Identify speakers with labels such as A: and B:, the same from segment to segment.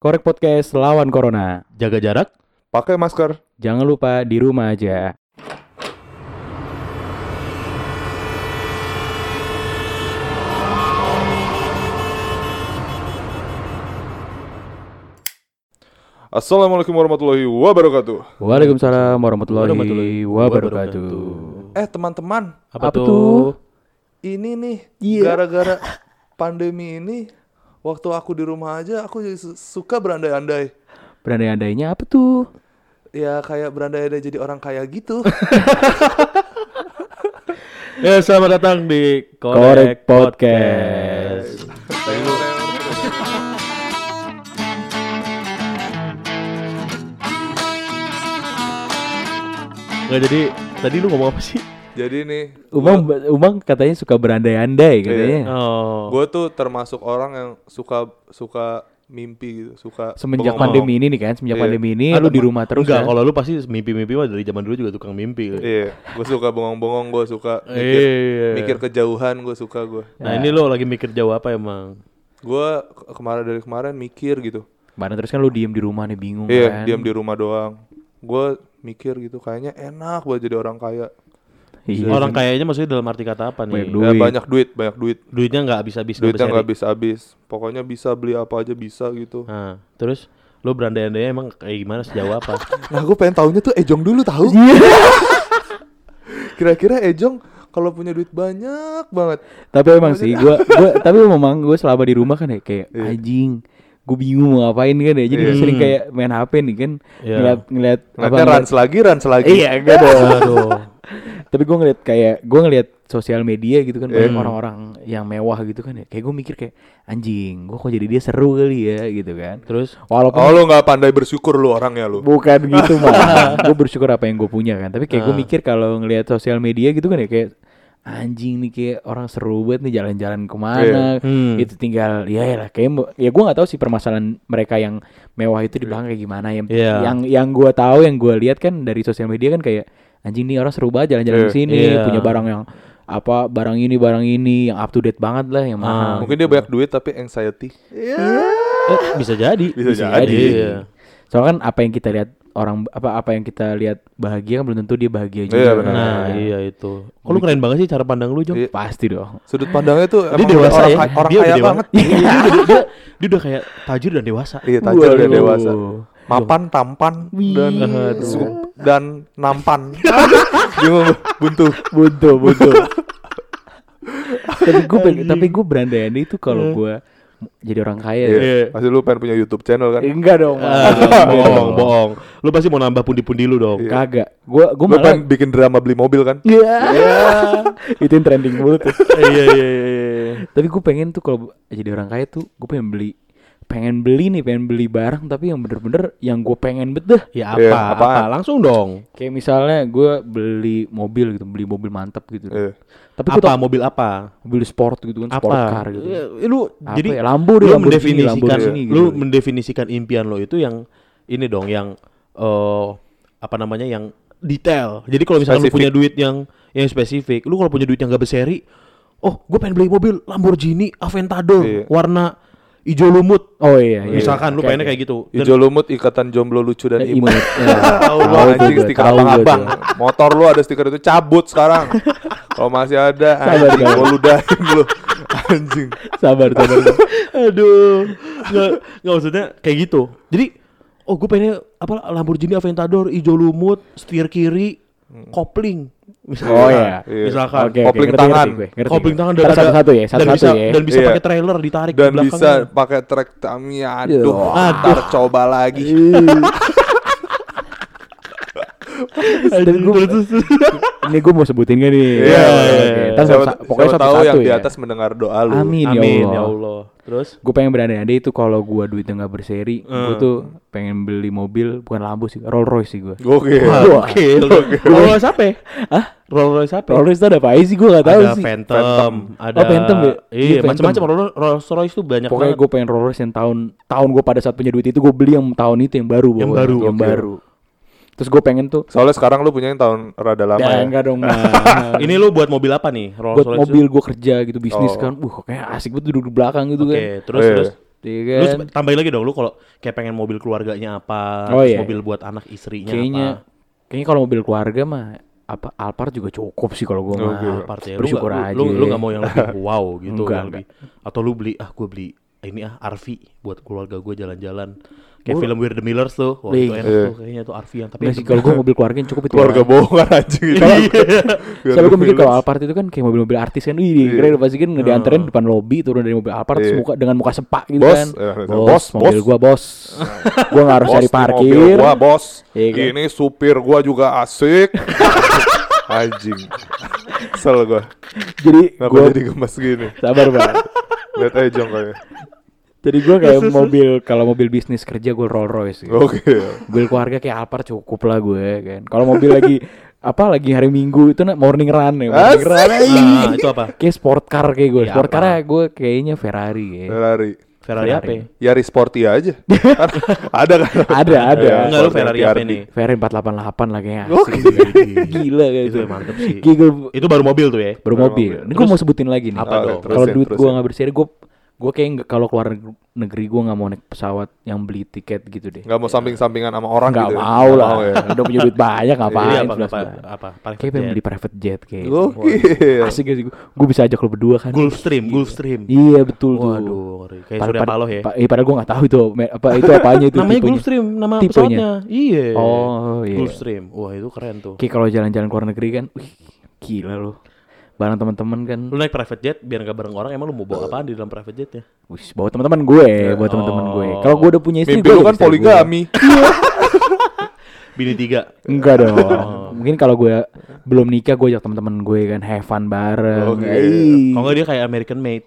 A: Korek Podcast lawan Corona.
B: jaga jarak.
C: Pakai masker.
A: Jangan lupa di rumah aja.
C: Assalamualaikum warahmatullahi wabarakatuh.
A: Waalaikumsalam warahmatullahi
B: Warahmatullahi
A: wabarakatuh.
C: Eh teman-teman,
A: Apa
B: Apa, tuh?
A: tuh?
C: ini nih
A: Iya.
C: gara-gara pandemi ini waktu aku di rumah aja aku jadi su- suka berandai-andai.
A: Berandai-andainya apa tuh?
C: Ya kayak berandai-andai jadi orang kaya gitu.
B: Ya, selamat datang di
A: Korek Podcast.
B: Nggak jadi tadi lu ngomong apa sih?
C: jadi nih,
A: Umang Umang katanya suka berandai-andai katanya.
B: Oh.
C: gue tuh termasuk orang yang suka suka mimpi gitu, suka
A: Semenjak
C: bengong-bengong.
A: pandemi ini nih kan, semenjak
C: Iya.
A: pandemi ini lu di rumah terus
B: Enggak,
A: kan?
B: kalau lu pasti mimpi-mimpi mah dari zaman dulu juga tukang mimpi.
C: Iya, gue suka bengong-bengong, gue suka mikir,
B: Iya.
C: mikir kejauhan, gue suka gue.
B: Nah, ini lo lagi mikir jauh apa emang?
C: Gue ke- kemarin dari kemarin mikir gitu.
A: Kemarin terus kan lu diem di rumah nih bingung
C: Iya,
A: kan?
C: diam di rumah doang. Gue mikir gitu, kayaknya enak buat jadi orang kaya.
A: Iya.
B: Orang kayaknya maksudnya dalam arti kata apa
A: Banyak
B: nih?
A: duit.
C: Ya, banyak duit, banyak duit.
B: Duitnya nggak habis-habis nggak
C: Duitnya nggak
B: habis-habis.
C: habis-habis. Pokoknya bisa beli apa aja bisa gitu.
B: Nah, terus lu berandai-andai emang kayak gimana sejauh apa?
C: Nah, gue pengen tahunya tuh Ejong dulu tahu.
B: Iya.
A: iya.
C: Kira-kira Ejong kalau punya duit banyak banget.
A: Tapi emang sih gua gua tapi memang gua selama di rumah kan ya kayak anjing gue bingung mau ngapain kan ya jadi sering kayak main HP nih kan
B: Iya.
A: ngeliat ngeliat apa,
C: Nanti
A: ngeliat-
C: rans lagi, rans lagi.
A: Iya, enggak dong.
B: Aduh.
A: Tapi gue ngeliat kayak gue ngeliat sosial media gitu kan
C: Iya.
A: banyak orang-orang yang mewah gitu kan ya. Kayak gue mikir kayak anjing, gue kok jadi dia seru kali ya gitu kan.
B: Terus
A: Walaupun
C: Oh, lu nggak pandai bersyukur lu orangnya lu.
A: bukan gitu mah. gue bersyukur apa yang gue punya kan. Tapi kayak gue
C: Ah.
A: mikir kalau ngeliat sosial media gitu kan ya kayak anjing nih kayak orang seru banget nih jalan-jalan kemana
C: Iya.
B: Hmm.
A: itu tinggal ya lah kayak mo- ya gue nggak tahu sih permasalahan mereka yang mewah itu di belakang kayak gimana yang
B: Iya.
A: yang yang gue tahu yang gue lihat kan dari sosial media kan kayak anjing nih orang seru banget jalan-jalan
C: Iya.
A: ke sini
B: Iya.
A: punya barang yang apa barang ini barang ini yang up to date banget lah yang mahal
C: Mungkin dia banyak duit tapi anxiety.
B: eh, bisa jadi.
C: Bisa
A: jadi.
B: Iya.
A: soalnya kan apa yang kita lihat orang apa apa yang kita lihat bahagia kan belum tentu dia bahagia juga
C: Iya,
A: kan.
C: benar.
B: Nah, iya itu. Kok lu keren banget sih cara pandang lu, Jong?
C: Iya.
A: pasti dong
C: Sudut pandangnya tuh
B: Dia
C: emang
B: dewasa
C: orang,
B: ya.
C: kaya- orang
B: dia
C: kaya
B: udah dewa-
C: banget.
B: Iya, dia, udah- dia- dia udah kayak tajir dan dewasa.
C: Iya, tajir dan
A: Waduh.
C: dewasa. Mapan, tampan, dan su- dan nampan. Gimana buntu?
A: Buntu, buntu. tapi gue tapi gue berandai-andai itu kalau gue jadi orang kaya.
C: Iya.
B: Iya.
C: Pasti lu pengen punya YouTube channel kan?
A: Eh, Enggak dong. Mas. Iya.
B: Ah, bohong, bohong. Lu pasti mau nambah pundi-pundi lu dong.
A: Kagak. Gue gue
C: Iya. Lu
A: malah
C: pengen bikin drama beli mobil kan?
A: Iya. itu yang trending mulu tuh.
B: Iya, iya, iya.
A: tapi gue pengen tuh kalau jadi orang kaya tuh gue pengen beli pengen beli nih pengen beli barang tapi yang bener-bener yang gue pengen bet dah
B: Ya
C: Iya,
B: apa?
C: apaan?
B: apa? Langsung dong.
A: kayak misalnya gue beli mobil gitu beli mobil mantep gitu
B: Eh,
C: Iya.
A: tapi gue
B: Apa
A: tau
B: mobil apa?
A: beli sport gitu kan sport car
B: Apa?
A: gitu
B: Eh, Lu
A: Apa ya?
B: jadi
A: Lambo deh,
B: lu
A: Lamborghini,
B: mendefinisikan
A: Lamborghini gitu.
B: lu mendefinisikan impian lo itu yang ini dong yang eh apa namanya yang detail. Jadi kalau misalnya lu
C: Spesifik.
B: punya duit yang yang spesifik, lu kalau punya duit yang gak berseri, oh, gue pengen beli mobil Lamborghini Aventador
C: Iya.
B: warna hijau lumut.
A: oh iya, iya.
B: Misalkan lu
A: Oke,
B: pengennya
A: oke.
B: kayak gitu. Dan
C: Hijau lumut, ikatan jomblo lucu dan
A: Dan
C: imut.
A: imut. Ya.
C: Tahu lu
A: Tahu
C: anjing
A: gua,
C: stiker
A: tahu gua
C: abang-abang.
A: tuh.
C: Motor lu ada stiker itu cabut sekarang. Kalau masih ada
A: Sabar,
C: anjing
A: sabar.
C: gua ludahin lu. Anjing.
A: Sabar, sabar.
B: Aduh, nggak nggak maksudnya kayak gitu. Jadi, oh gue pengen apa Lamborghini Aventador, hijau lumut, setir kiri, kopling. Misalkan,
A: Hmm. Oh, iya.
C: Iya.
B: misalkan
A: Oke, oke,
C: Kopling
A: ngerti,
C: tangan.
A: ngerti gue, ngerti gue.
B: kopling tangan
A: Ntar
B: ada-
A: satu-satu ya,
B: dan
A: satu-satu
B: bisa,
A: ya.
B: dan bisa
C: Iya.
B: pakai trailer ditarik
C: Dan
B: ke belakang. ya.
C: bisa pakai trek tami aduh.
A: Iya.
C: Ntar coba lagi.
A: Dan gua- ini gue mau sebutin gak nih?
C: Iya.
A: Oke, oke. Ntar
C: Siapa-
A: satu- pokoknya
C: siapa
A: satu-satu
C: tahu yang di
A: ya.
C: atas mendengar doa lu.
A: Amin,
B: Amin
A: ya
B: ya
A: Allah.
B: Allah. Terus
A: Gue pengen berandai-andai itu kalau gue duitnya nggak berseri, gue tuh pengen beli mobil bukan Lambo sih, Rolls Royce sih gue.
C: Oke.
B: Ah, Oke, Rolls Royce apa? Hah? Rolls Royce apa? ya?
A: Rolls Royce tuh ada apa aja sih gue nggak tahu
B: ada
A: sih.
B: Phantom,
C: Phantom.
B: ada
A: Oh, Phantom ya? Iya,
B: Iya,
A: Phantom.
B: macam-macam Rolls- Rolls Royce tuh banyak
A: Pokoknya
B: banget.
A: gue pengen Rolls Royce yang tahun tahun gue pada saat punya duit itu gue beli yang tahun itu yang baru,
B: Yang
A: pokoknya.
B: baru,
A: yang
B: oke.
A: baru. Terus gue pengen tuh,
C: Soalnya sekarang lu punya yang tahun rada lama
A: ya
C: ya.
A: enggak dong, Mas.
B: Ini lu buat mobil apa nih? Rolls
A: buat
B: Royce?
A: mobil gue kerja gitu bisnis
C: Oh.
A: kan, uh kayaknya asik banget duduk di belakang gitu
B: Oke,
A: kan.
B: terus
C: Iya.
B: terus
A: Iya
B: Lu
A: kan?
B: sep- tambahin lagi dong lu kalau kayak pengen mobil keluarganya apa,
A: Oh,
B: terus
A: iya.
B: mobil buat anak istrinya
A: kayaknya
B: apa.
A: kayaknya kalau mobil keluarga mah apa Alphard juga cukup sih kalau gue mah.
B: Nah, apart ya.
A: Iya,
B: Lu
A: Bersyukur
B: nggak-
A: aja.
B: lu, lu, lu nggak mau yang lebih wow gitu
A: Enggak,
B: yang lebih. Atau lu beli ah gue beli ini ah RV buat keluarga gue jalan-jalan. Kayak film Weird the Millers tuh. Wah, itu
A: Wih.
B: enak
C: Iya.
B: tuh kayaknya tuh RV yang tapi
A: Nggak sih kalau gue mobil keluarga yang cukup itu.
C: keluarga bohongan anjing
B: Iya.
A: Soalnya gue mikir kalau Alphard itu kan kayak mobil-mobil artis kan, wih keren pasti kan dianterin depan lobi turun dari mobil Alphard terus
C: Ah. Iya.
A: muka dengan muka sepak gitu
C: Bos,
A: kan.
C: eh,
A: bos,
C: bos,
A: mobil
C: bos.
A: gua bos. gua nggak harus
C: Bos,
A: cari
C: ini mobil
A: parkir.
C: gua bos
A: Iya kan?
C: ini supir gua juga asik anjing kesel gua
A: Jadi
C: kenapa
A: gua
C: jadi gemes gini
A: sabar bang.
C: lihat aja jongkoknya
A: Jadi gua kayak mobil kalau mobil bisnis kerja gue Rolls Royce. Gitu.
C: oke
A: Mobil keluarga kayak Alphard cukup lah gue kan. Kalau mobil lagi apa lagi hari Minggu itu nah, morning run ya. Morning run.
C: asik
A: Iya.
B: Nah, itu apa?
A: Kayak sport car kayak gue.
B: Iya,
A: sport car
B: apa? Eh.
A: gue kayaknya Ferrari ya.
C: Ferrari
B: Ferrari, apa? ya?
C: Yari Sporty aja ada kan
A: Ada, ada.
C: Iya,
B: Eh, Enggak lu
C: Sporty,
B: Ferrari
C: RT.
B: apa nih?
A: Ferrari Oh, gitu. 488 lah kayaknya
C: Oke.
A: asik. Gila kayak
B: Itu mantep sih.
A: Gila gue
B: Itu baru mobil tuh ya.
A: baru mobil. Ini gue mau sebutin lagi nih.
B: Apa ya,
A: Kalau-
B: dong?
A: Kalau
C: Terusin,
A: duit gue
C: terusin.
A: nggak bersih, gue gue kayak nggak- kalau keluar negeri gue nggak mau naik pesawat yang beli tiket gitu deh.
C: nggak mau samping-sampingan sama orang
A: Nggak
C: gitu ya?
A: mau lah. Iya,
C: Nggak mau ya.
A: Udah punya duit banyak
B: Jadi
A: ngapain?
B: apa apa
A: sebelas-belas.
B: apa?
A: Kayak pengen beli private jet kayak.
B: Iya.
C: Gokil.
A: Asik gak sih gue? Gue bisa ajak lo berdua kan?
B: Gulfstream, Gulfstream.
A: Iya betul tuh.
B: Waduh, ngeri. kayak
A: Pad-
B: Surya
A: pad-
B: Paloh ya.
A: pa- Iya, padahal gue nggak tahu itu me- apa itu apanya itu
B: namanya
A: tipenya.
B: Gulfstream, nama
A: Tipenya.
B: pesawatnya. Iya.
A: Oh, iya.
B: Gulfstream. Wah, itu keren tuh.
A: Kayak kalau jalan-jalan ke luar negeri kan, wih, gila loh. Barang teman-teman kan,
B: Lu naik private jet biar gak bareng orang, emang lu mau bawa apaan di dalam private jetnya?
A: wih, bawa teman-teman gue,
B: Ya,
A: bawa teman-teman gue.
B: oh.
A: Kalau gue udah punya istri,
C: mimpi
A: gue
C: lu
A: udah
C: kan
A: bisa gue.
C: poligami
B: Bini tiga.
A: Enggak dong.
B: Oh.
A: Mungkin kalau gue belum nikah, gue ajak teman-teman gue kan have fun bareng.
C: Oke.
A: Ih.
B: Oh, iya, Kalau nggak dia kayak American Made.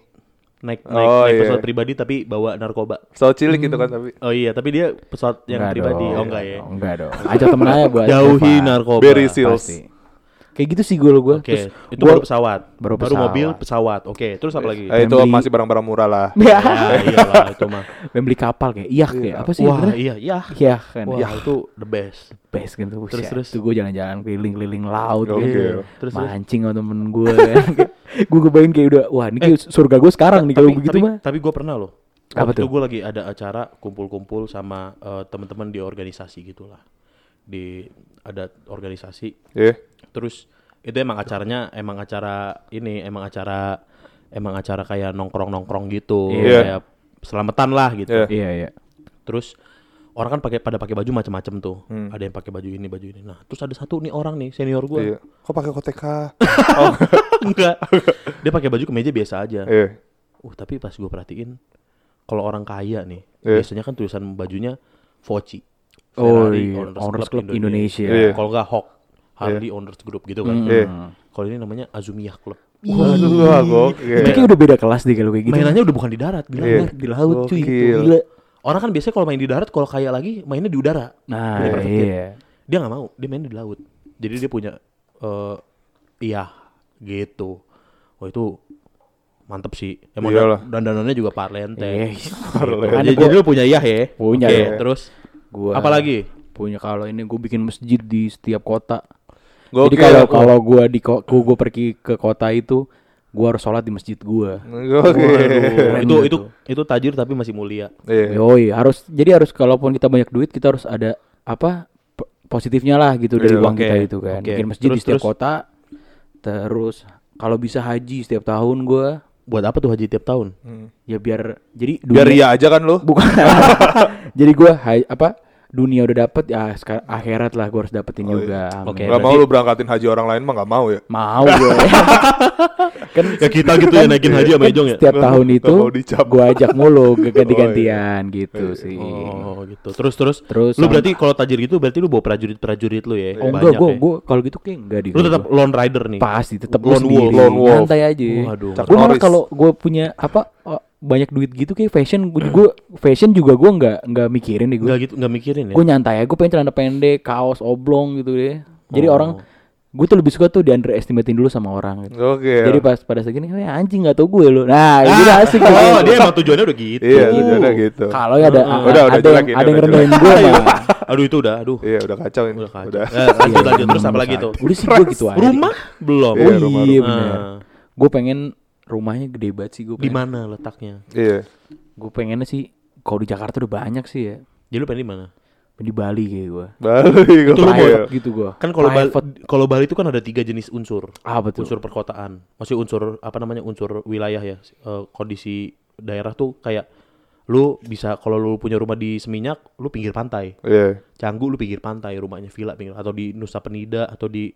B: Naik naik,
C: Oh,
B: naik
C: iya.
B: pesawat pribadi tapi bawa narkoba.
C: so cilik gitu kan tapi
B: Oh iya, tapi dia pesawat yang
A: Enggak
B: pribadi.
A: dong.
B: Oh enggak ya.
A: Enggak dong. Ajak temen aja buat
B: Jauhi
A: have fun.
B: narkoba.
C: Berry
B: Oke,
C: seal.
A: Pasti. Kayak gitu sih gue lo gue. Terus
B: itu
A: gua-
B: baru pesawat.
A: baru
B: mobil,
A: pesawat.
B: pesawat. Oke, terus apa lagi?
C: Eh, itu
A: Family.
C: masih barang-barang murah lah
A: Ya.
B: Ah, iyalah itu mah.
A: Pengen beli kapal kayak iya kayak apa sih?
B: Wah,
A: bener?
B: iya, iya.
A: Iya kan.
B: Wah,
A: Iya.
B: itu the best.
A: best gitu Buset,
B: Terus, terus.
A: tuh gue jalan-jalan keliling-keliling laut
C: Oke.
A: gitu
B: Terus, terus.
A: mancing sama temen gue kan. gue kebayang kayak udah wah ini kayak surga gue sekarang nih kalau
B: Eh, tapi,
A: begitu
B: tapi,
A: mah
B: tapi gue pernah loh.
A: Apa
B: Waktu
A: tuh?
B: itu gue lagi ada acara kumpul-kumpul sama eh, teman-teman di organisasi gitulah. Di ada organisasi.
C: Iya.
B: Terus itu emang acaranya emang acara ini emang acara emang acara kayak nongkrong-nongkrong gitu,
A: Iya.
B: kayak selamatan lah gitu.
C: Iya.
A: iya iya
B: Terus orang kan pakai pada pakai baju macam-macam tuh.
A: Hmm.
B: Ada yang pakai baju ini, baju ini. Nah, terus ada satu nih orang nih senior
C: Iya.
B: gue.
C: Kok pakai koteka?
B: Enggak. Dia pakai baju kemeja biasa aja.
C: Iya.
B: Uh, tapi pas gue perhatiin kalau orang kaya nih,
C: Iya.
B: biasanya kan tulisan bajunya Voci.
A: Oh, iya.
B: Owners,
A: Owners
B: Club,
A: Club
B: Indonesia.
A: Indonesia. Mm-hmm.
C: Iya.
B: Kalau nggak Hawk, Harley Owners Group gitu kan.
C: Iya.
B: Kalau ini namanya Azumiyah Club.
A: Gitu.
C: Waduh, wah, gokil.
A: Tapi
B: Iya.
A: kayak udah beda kelas deh kalau kayak gitu
B: Mainannya udah bukan di darat, di
C: Iya.
B: laut.
A: di laut cuy itu
C: Gokil.
A: gila
B: Orang kan biasanya kalau main di darat, kalau kaya lagi mainnya di udara.
A: nah
B: Di private jet.
A: iya
B: Dia nggak mau, dia main di laut. Jadi dia punya eh iya gitu. Oh itu mantep sih. Emang
C: Iyalah.
B: dan dandanannya juga parlente.
A: Eh,
B: Kan jadi lu punya yah ya?
A: Iya. Punya
B: Oke,
A: dong.
B: terus
A: gua
B: apalagi?
A: punya kalau ini gue bikin masjid di setiap kota jadi
C: Gokil.
A: kalau kalau gue di gue pergi ke kota itu gue harus sholat di masjid gue
C: Gokil.
A: Keren
B: itu
A: juga
B: itu
A: iya tuh.
B: itu tajir tapi masih mulia.
C: Iya.
A: Yoi, harus jadi harus kalaupun kita banyak duit kita harus ada apa p- positifnya lah gitu dari
C: Iya,
A: uang
B: oke,
A: kita itu kan.
B: oke.
A: Bikin masjid di
B: Terus,
A: setiap
B: terus.
A: kota. Terus kalau bisa haji setiap tahun gua
B: Buat apa tuh haji tiap tahun?
A: ya biar jadi
C: Biar iya aja kan lo.
A: bukan. jadi gua ha- apa dunia udah dapet ya sekar- akhirat lah gua harus dapetin juga. Amin.
B: Oh, iya. Oke.
C: Gak
B: berarti-
C: mau lu berangkatin haji orang lain mah gak mau ya.
A: Mau gue. kan
B: Ya kita gitu ya naikin haji sama Ejong ya.
A: setiap tahun
C: Nggak
A: itu
C: mau dicap.
A: gua ajak mulu ganti-gantian gitu sih.
B: iya. Oh gitu. Terus terus.
A: Terus
B: Lu
A: sama-
B: berarti kalau tajir gitu berarti lu bawa prajurit-prajurit lu ya.
A: Oh
B: banyak
A: enggak, gue
B: ya.
A: gue kalau gitu kayak enggak di
B: Lu
A: gua.
B: tetap lone rider nih.
A: pasti tetap
C: Lone
A: sendiri.
C: wolf, lone wolf.
A: Santai aja.
B: Waduh.
C: Cak
A: Gue malah
C: Norris.
A: kalau gue punya apa oh, banyak duit gitu kayak fashion gue gue fashion juga gue nggak nggak mikirin deh gue.
B: Enggak gitu, enggak mikirin ya.
A: Gue nyantai aja. Gue pengen celana pendek, kaos oblong gitu deh. Jadi
B: Oh.
A: orang gue tuh lebih suka tuh di underestimatein dulu sama orang. Gitu.
C: Gokil.
A: Jadi pas pada segini, "Eh, anjing nggak tau gue lu. Nah, ini
B: Iya. Ah,
A: asik gitu.
B: Oh, dia emang tujuannya udah gitu.
C: Iya, udah gitu.
A: Kalau ya ada
C: Udah, udah
A: ada
C: jelek
A: yang
C: ini,
A: ada yang
C: udah
A: rendahin gue mah. Iya,
B: Aduh itu udah, aduh.
C: Iya, udah kacau ini.
B: Udah kacau.
C: Udah.
B: Eh, lanjut lanjut terus apa lagi tuh?
A: Udah sih gue gitu aja.
B: Rumah belum.
A: Oh
C: Iya, rumah,
A: iya
B: rumah.
A: benar. Gue pengen rumahnya gede banget sih gue
B: Di mana letaknya?
C: Iya.
A: Gue pengennya sih kalau di Jakarta udah banyak sih ya.
B: Jadi lu pengen di mana?
A: Di Bali kayak gue.
C: Balik
B: Itu lu mau-
A: Private gitu gue.
B: Kan kalau Bali,
A: Private. Ah,
B: kalau Bali itu kan ada tiga jenis unsur.
A: apa tuh?
B: Unsur perkotaan, masih unsur apa namanya unsur wilayah ya. Eh, kondisi daerah tuh kayak lu bisa kalau lu punya rumah di Seminyak, lu pinggir pantai.
C: Iya.
B: Canggu lu pinggir pantai, rumahnya villa pinggir atau di Nusa Penida atau di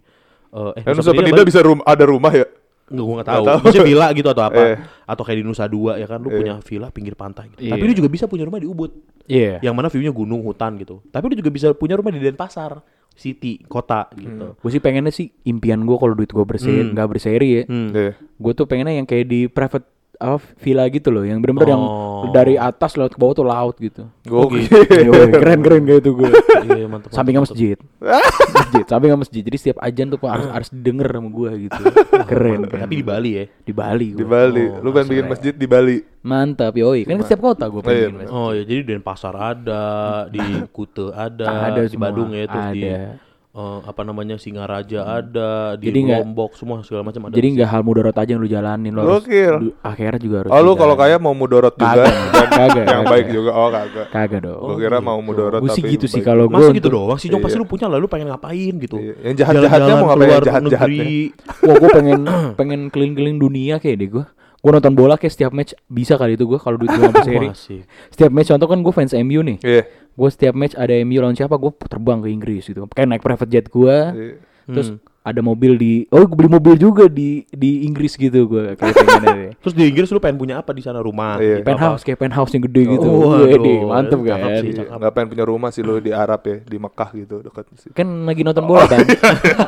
B: eh, eh
C: Eh, Nusa Penida
B: Bali-
C: bisa rum- ada rumah ya?
B: Nggak, gua nggak
C: Nggak
B: tahu.
C: tahu.
B: Maksudnya villa gitu atau apa?
C: Eh.
B: Atau kayak di Nusa Dua ya kan, lu
C: Eh.
B: punya villa pinggir pantai. Gitu.
A: Iya.
B: Tapi lu juga bisa punya rumah di Ubud,
A: Iya.
B: yang mana view-nya gunung, hutan gitu. Tapi lu juga bisa punya rumah di Denpasar, city, kota gitu.
A: Gue sih pengennya sih impian gue kalau duit gue berseri, nggak berseri ya.
B: Hmm.
C: Iya.
A: Gue tuh pengennya yang kayak di private apa, villa gitu loh, yang bener-bener
B: Oh.
A: yang dari atas laut ke bawah tuh laut gitu.
C: Gokil.
A: Yoi, keren-keren kayak gitu itu gue.
B: Iya, mantap.
A: Sampingnya masjid. masjid, sampingnya masjid. Jadi setiap ajan tuh harus harus denger sama gue gitu. Keren, keren.
B: Tapi di Bali ya.
A: di Bali
C: Di
A: gue.
C: Bali. Lu pengen bikin masjid di Bali.
A: Mantap, yoi. Kan setiap kota
C: Iya,
A: gue pengen. bikin masjid.
B: Oh ya, jadi di Denpasar ada, di Kute ada,
A: Ada
B: di
A: semua,
B: Badung ya, terus di
A: ada. Hmm.
B: eh, apa namanya Singaraja ada, di
A: Jadi nggak-
B: Lombok semua segala macam ada.
A: Jadi nggak hal mudarat aja yang lu jalanin lo harus
C: Gokil.
A: du- akhirnya juga harus
C: Oh lu
A: lu
C: kalau kaya mau mudorot juga
A: kagak kagak
C: yang
A: kagak.
C: baik juga. Oh kagak.
A: kagak dong
C: Gua kira mau mudorot
A: gue sih
C: tapi
A: gitu sih
C: baik.
A: kalau gue
B: Masa gitu doang sih, Jong pasti lu punya lah, lu pengen ngapain gitu.
C: Iya. Yang jahat-jahatnya mau ngapain, yang
B: keluar
C: jahat-jahatnya.
B: negeri.
A: wah gue pengen pengen keliling-keliling dunia kayak deh gue gue nonton bola kayak setiap match bisa kali itu gue kalau duit gue nggak seri
B: Wah, sih.
A: setiap match contoh kan gue fans MU nih
C: Iya.
A: gue setiap match ada MU lawan siapa gue terbang ke Inggris gitu kayak naik private jet gue
C: Iya.
A: terus ada mobil di oh gue beli mobil juga di di Inggris gitu gue kayak pengen deh.
B: Terus di Inggris lu pengen punya apa di sana rumah?
C: Iya.
B: Gitu,
A: penthouse kayak penthouse yang gede gitu
C: Oh,
B: Waduh,
A: Wede, mantep
B: cakep
A: kan
B: sih.
C: Iya, nggak pengen punya rumah sih lu di Arab ya, di Mekah gitu dekat sih.
A: kan lagi nonton
C: Oh.
A: bola bang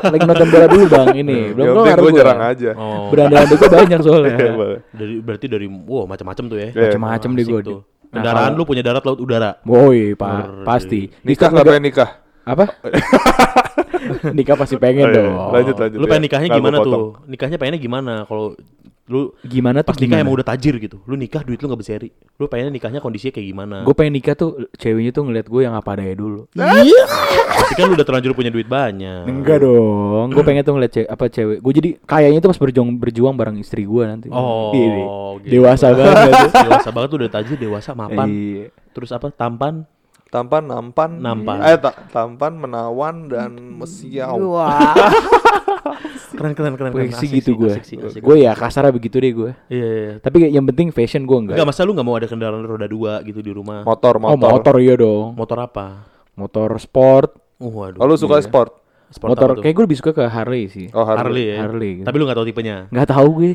A: lagi nonton bola dulu bang ini belum
C: Ya, Yang
A: kelar
C: penting gue
A: gua. ya?
C: nyerang aja.
B: Oh,
A: berandal-andal gue banyak soalnya
C: Iya, boleh.
B: dari berarti dari wow macam-macam tuh ya.
C: Iya.
A: macam-macam deh
B: Asik
A: gue
B: tuh.
A: Nah,
B: Kendaraan lu punya darat laut udara.
A: woi pak pasti
C: Nikah nggak pengen nikah.
A: apa nikah pasti pengen
C: Oh, iya.
A: dong
C: Lanjut lanjut.
B: Lu
C: ya.
B: pengen nikahnya
C: Nggak, gua
B: gimana
C: potong.
B: tuh? Nikahnya pengennya gimana kalau lu
A: gimana tuh
B: pas nikah
A: gimana?
B: emang udah tajir gitu. Lu nikah duit lu nggak berseri. Lu pengennya nikahnya kondisinya kayak gimana?
A: gue pengen nikah tuh ceweknya tuh ngeliat gue yang apa adanya dulu
B: Tapi kan lu udah terlanjur punya duit banyak.
A: enggak dong gue pengen tuh ngeliat cewek apa cewek gue jadi kayaknya tuh pas berjuang berjuang bareng istri gue nanti
B: Oh,
A: Iya, iya.
B: gitu.
A: dewasa banget gak tuh?
B: dewasa banget tuh udah tajir, dewasa, mapan.
A: Iya.
B: Terus apa? Tampan.
C: Tampan, nampan,
B: Nampan.
C: eh ta- tampan, menawan dan mesiau.
B: Keren keren keren. keren.
A: Pengen sih
B: Asik
A: gitu gue
B: asik sih, asik.
A: gue ya kasarnya begitu deh gue
B: Iya, iya, iya.
A: tapi yang penting fashion gue enggak
B: Enggak, masa lu nggak mau ada kendaraan roda dua gitu di rumah?
C: Motor,
A: Oh
C: motor.
A: motor iya dong
B: Motor apa?
A: Motor sport
B: Oh, waduh.
C: Oh, lu suka sport?
B: Sport
A: Motor
B: apa tuh?
A: kayak gue lebih suka ke Harley sih
C: Oh,
B: Harley,
C: Harley.
B: ya.
A: Harley, gitu.
B: Tapi lu gak tahu tipenya.
A: nggak tahu gue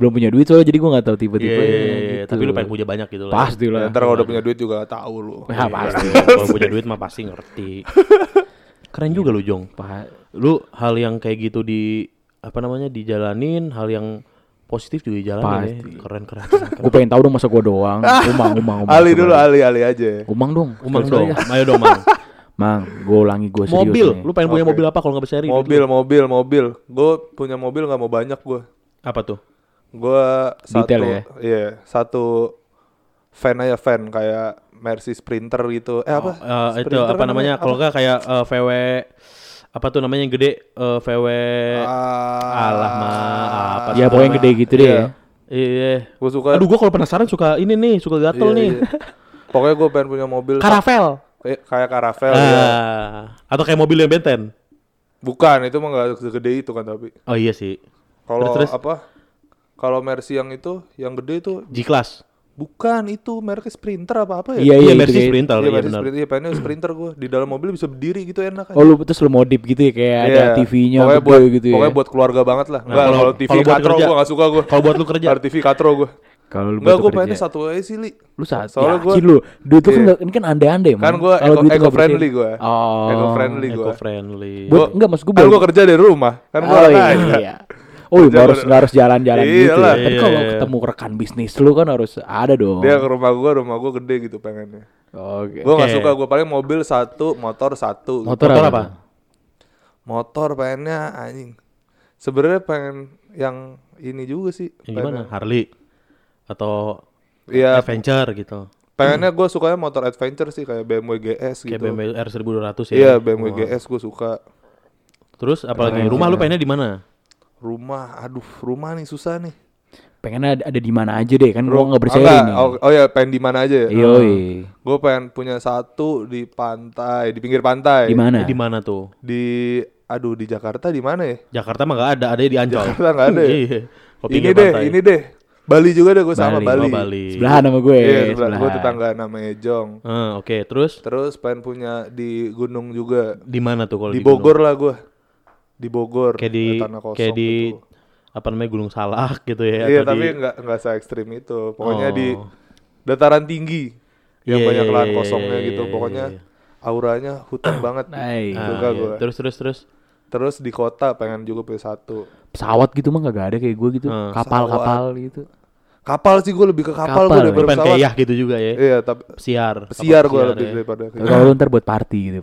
A: Belum punya duit soalnya jadi gue nggak tahu
B: Hmm. Iya,
A: tipe-tipe ya,
B: iya, iya, iya. tapi lu pengen punya banyak gitu lah.
A: Pasti
C: Ya,
A: lah
C: ntar kalau udah punya duit juga gak tahu lu.
B: Iya.
A: Ya, pasti
B: Kalau punya duit mah pasti ngerti. Keren juga lu, Jong.
A: Pa-
B: Lu hal yang kayak gitu di apa namanya dijalanin, hal yang positif juga dijalanin
A: Pasti.
B: ya. Keren keren.
A: Gue pengen tahu dong masa gue doang Umang umang umang
C: Ali
A: coba.
C: dulu, Ali, Ali aja.
A: Umang dong
B: Umang
A: Sekali-sekali
B: dong,
A: dah.
B: ayo dong, Mang.
A: Mang gue ulangi gue serius
B: mobil,
A: nih.
B: lu pengen punya
C: Oke.
B: mobil apa kalau nggak bisa
C: Mobil, mobil, mobil. Gue punya mobil gak mau banyak gue.
B: Apa tuh?
C: Gue satu,
A: Detail ya?
C: iya, satu fan aja fan kayak Mercy Sprinter gitu. Eh apa?
B: Eh, itu
C: Sprinter
B: apa
C: kan
B: namanya? Kalau nggak kayak eh, VW apa tuh namanya yang gede Eh, VW
C: Ah,
B: alah mah apa
A: Ya pokoknya yang
B: sih namanya?
A: gede gitu deh
C: Iya.
A: ya
B: Iya.
C: gue suka.
B: Aduh, gua kalau penasaran suka ini nih, suka gatel
C: Iya,
B: nih.
C: iya. Pokoknya gue pengen punya mobil
B: Karavel.
C: eh, kayak Caravelle. ya.
B: Ah, atau kayak mobil yang benten.
C: Bukan, itu mah gak segede itu kan tapi.
B: Oh iya sih.
C: Kalau
B: Terus, terus?
C: apa? Kalau Mercy yang itu, yang gede itu
B: G-Class.
C: bukan itu merek Sprinter apa apa ya?
A: Iya,
B: Iya,
A: itu
B: Mercy
A: kayak-
B: Sprinter,
C: Iya,
B: iya
C: Mercy
B: benar.
C: Sprinter, iya pengennya Sprinter gue di dalam mobil bisa berdiri gitu enak aja.
A: Oh lu terus lu modif gitu ya Kayak ada
C: Iya.
A: TV-nya
C: pokoknya
A: gede
C: buat,
A: gitu ya
C: Pokoknya buat keluarga banget lah. Enggak,
B: Nah, kalau-
C: kalau TV
B: kalau buat
C: katro
B: kerja.
C: gue gak suka gue.
B: Kalau buat lu kerja.
C: Kalau TV katro gue.
A: Kalau lu
C: Enggak,
A: butuh
C: gue
A: kerja.
C: pengennya satu aja sih, Li.
A: lu saat
C: Soalnya
A: yakin
C: gua-
A: lu duit lu kan
C: Iya.
A: nggak- ini kan andai-andai
C: Kan gue
A: Kalau duit lu nggak
C: eco-friendly
A: bersihin-
C: gue.
A: oh
C: Eco-friendly gue.
B: Eco-friendly.
A: Buat- nggak, maksud gua
C: Kan
A: buat-
C: gue kerja dari rumah. Kan gue
A: oh,
C: anak aja.
A: iya. Oh, iya, nggak harus nggak harus jalan-jalan gitu.
C: Iyalah.
A: Ya. Tapi
B: Iya,
A: kalau
B: iya.
A: ketemu rekan bisnis lu kan harus ada dong.
C: Dia ke rumah gue, rumah gue gede gitu pengennya.
A: Oh. Oke.
C: Gue gak
B: Oke.
C: suka, gue paling mobil satu, motor satu. gitu.
A: Motor,
B: Motor
A: apa?
B: apa?
C: Motor pengennya anjing. Sebenarnya pengen yang ini juga sih.
B: Yang
C: pengen-
B: gimana? Harley atau
C: Iya,
B: Adventure gitu.
C: pengennya gue sukanya motor adventure sih kayak BMW GS gitu.
B: Kayak BMW R1200 ya.
C: Iya, BMW GS gue suka. Nah, iya.
B: Terus apalagi rumah lu pengennya di mana?
C: Rumah, aduh, rumah nih susah nih.
A: pengennya ada, ada di mana aja deh kan gua nggak
C: Ru-
A: Iya.
C: enggak,
A: bersharing nih.
C: Oh, oh ya pengen di mana aja ya?
A: Yoi.
C: Gue pengen punya satu di pantai, di pinggir pantai.
A: Di mana?
B: Di mana tuh?
C: Di aduh di Jakarta di mana ya?
B: Jakarta mah nggak ada, ada di Ancol.
C: Jakarta nggak ada ya?
B: Iya. Kopi
C: ini
B: Gil
C: deh,
B: Pantai.
C: ini deh. Bali juga deh gue sama
A: Bali,
C: Bali.
B: Oh, Bali.
A: Sebelahan sama ya. gue.
C: Iya,
A: sebelahan.
C: gue tetangga namanya Jong.
B: Eh, Oke, terus
C: Terus pengen punya di gunung juga.
B: di mana tuh kalau
C: Di
B: gunung?
C: Bogor lah gue. Di Bogor.
B: Kayak di
C: tanah kosong
B: kayak di
C: gitu.
B: apa namanya Gunung Salak gitu ya?
C: Iya,
B: atau
C: tapi
B: di-
C: nggak nggak se ekstrim itu. Pokoknya di
B: Oh.
C: dataran tinggi yang
B: Iya,
C: banyak
B: iya,
C: lahan
B: iya,
C: kosongnya
B: iya,
C: gitu.
B: iya,
C: Pokoknya
B: iya.
C: auranya hutan banget.
A: Nah,
C: Itu
B: Ah,
C: kan
B: iya.
C: gua.
B: Terus terus terus.
C: Terus di kota pengen juga punya satu.
A: Pesawat gitu mah nggak ada kayak gue gitu.
B: Hmm.
A: Kapal-kapal gitu.
C: Kapal sih gue lebih ke kapal,
A: Kapal,
C: gue
B: Lu
C: daripada
B: pengen
C: pesawat.
B: kayak Yah gitu juga ya?
C: Iya, tapi
B: Siar.
C: siar gue
B: ya?
C: lebih daripada
A: Tapi Kalau lu ntar buat party gitu.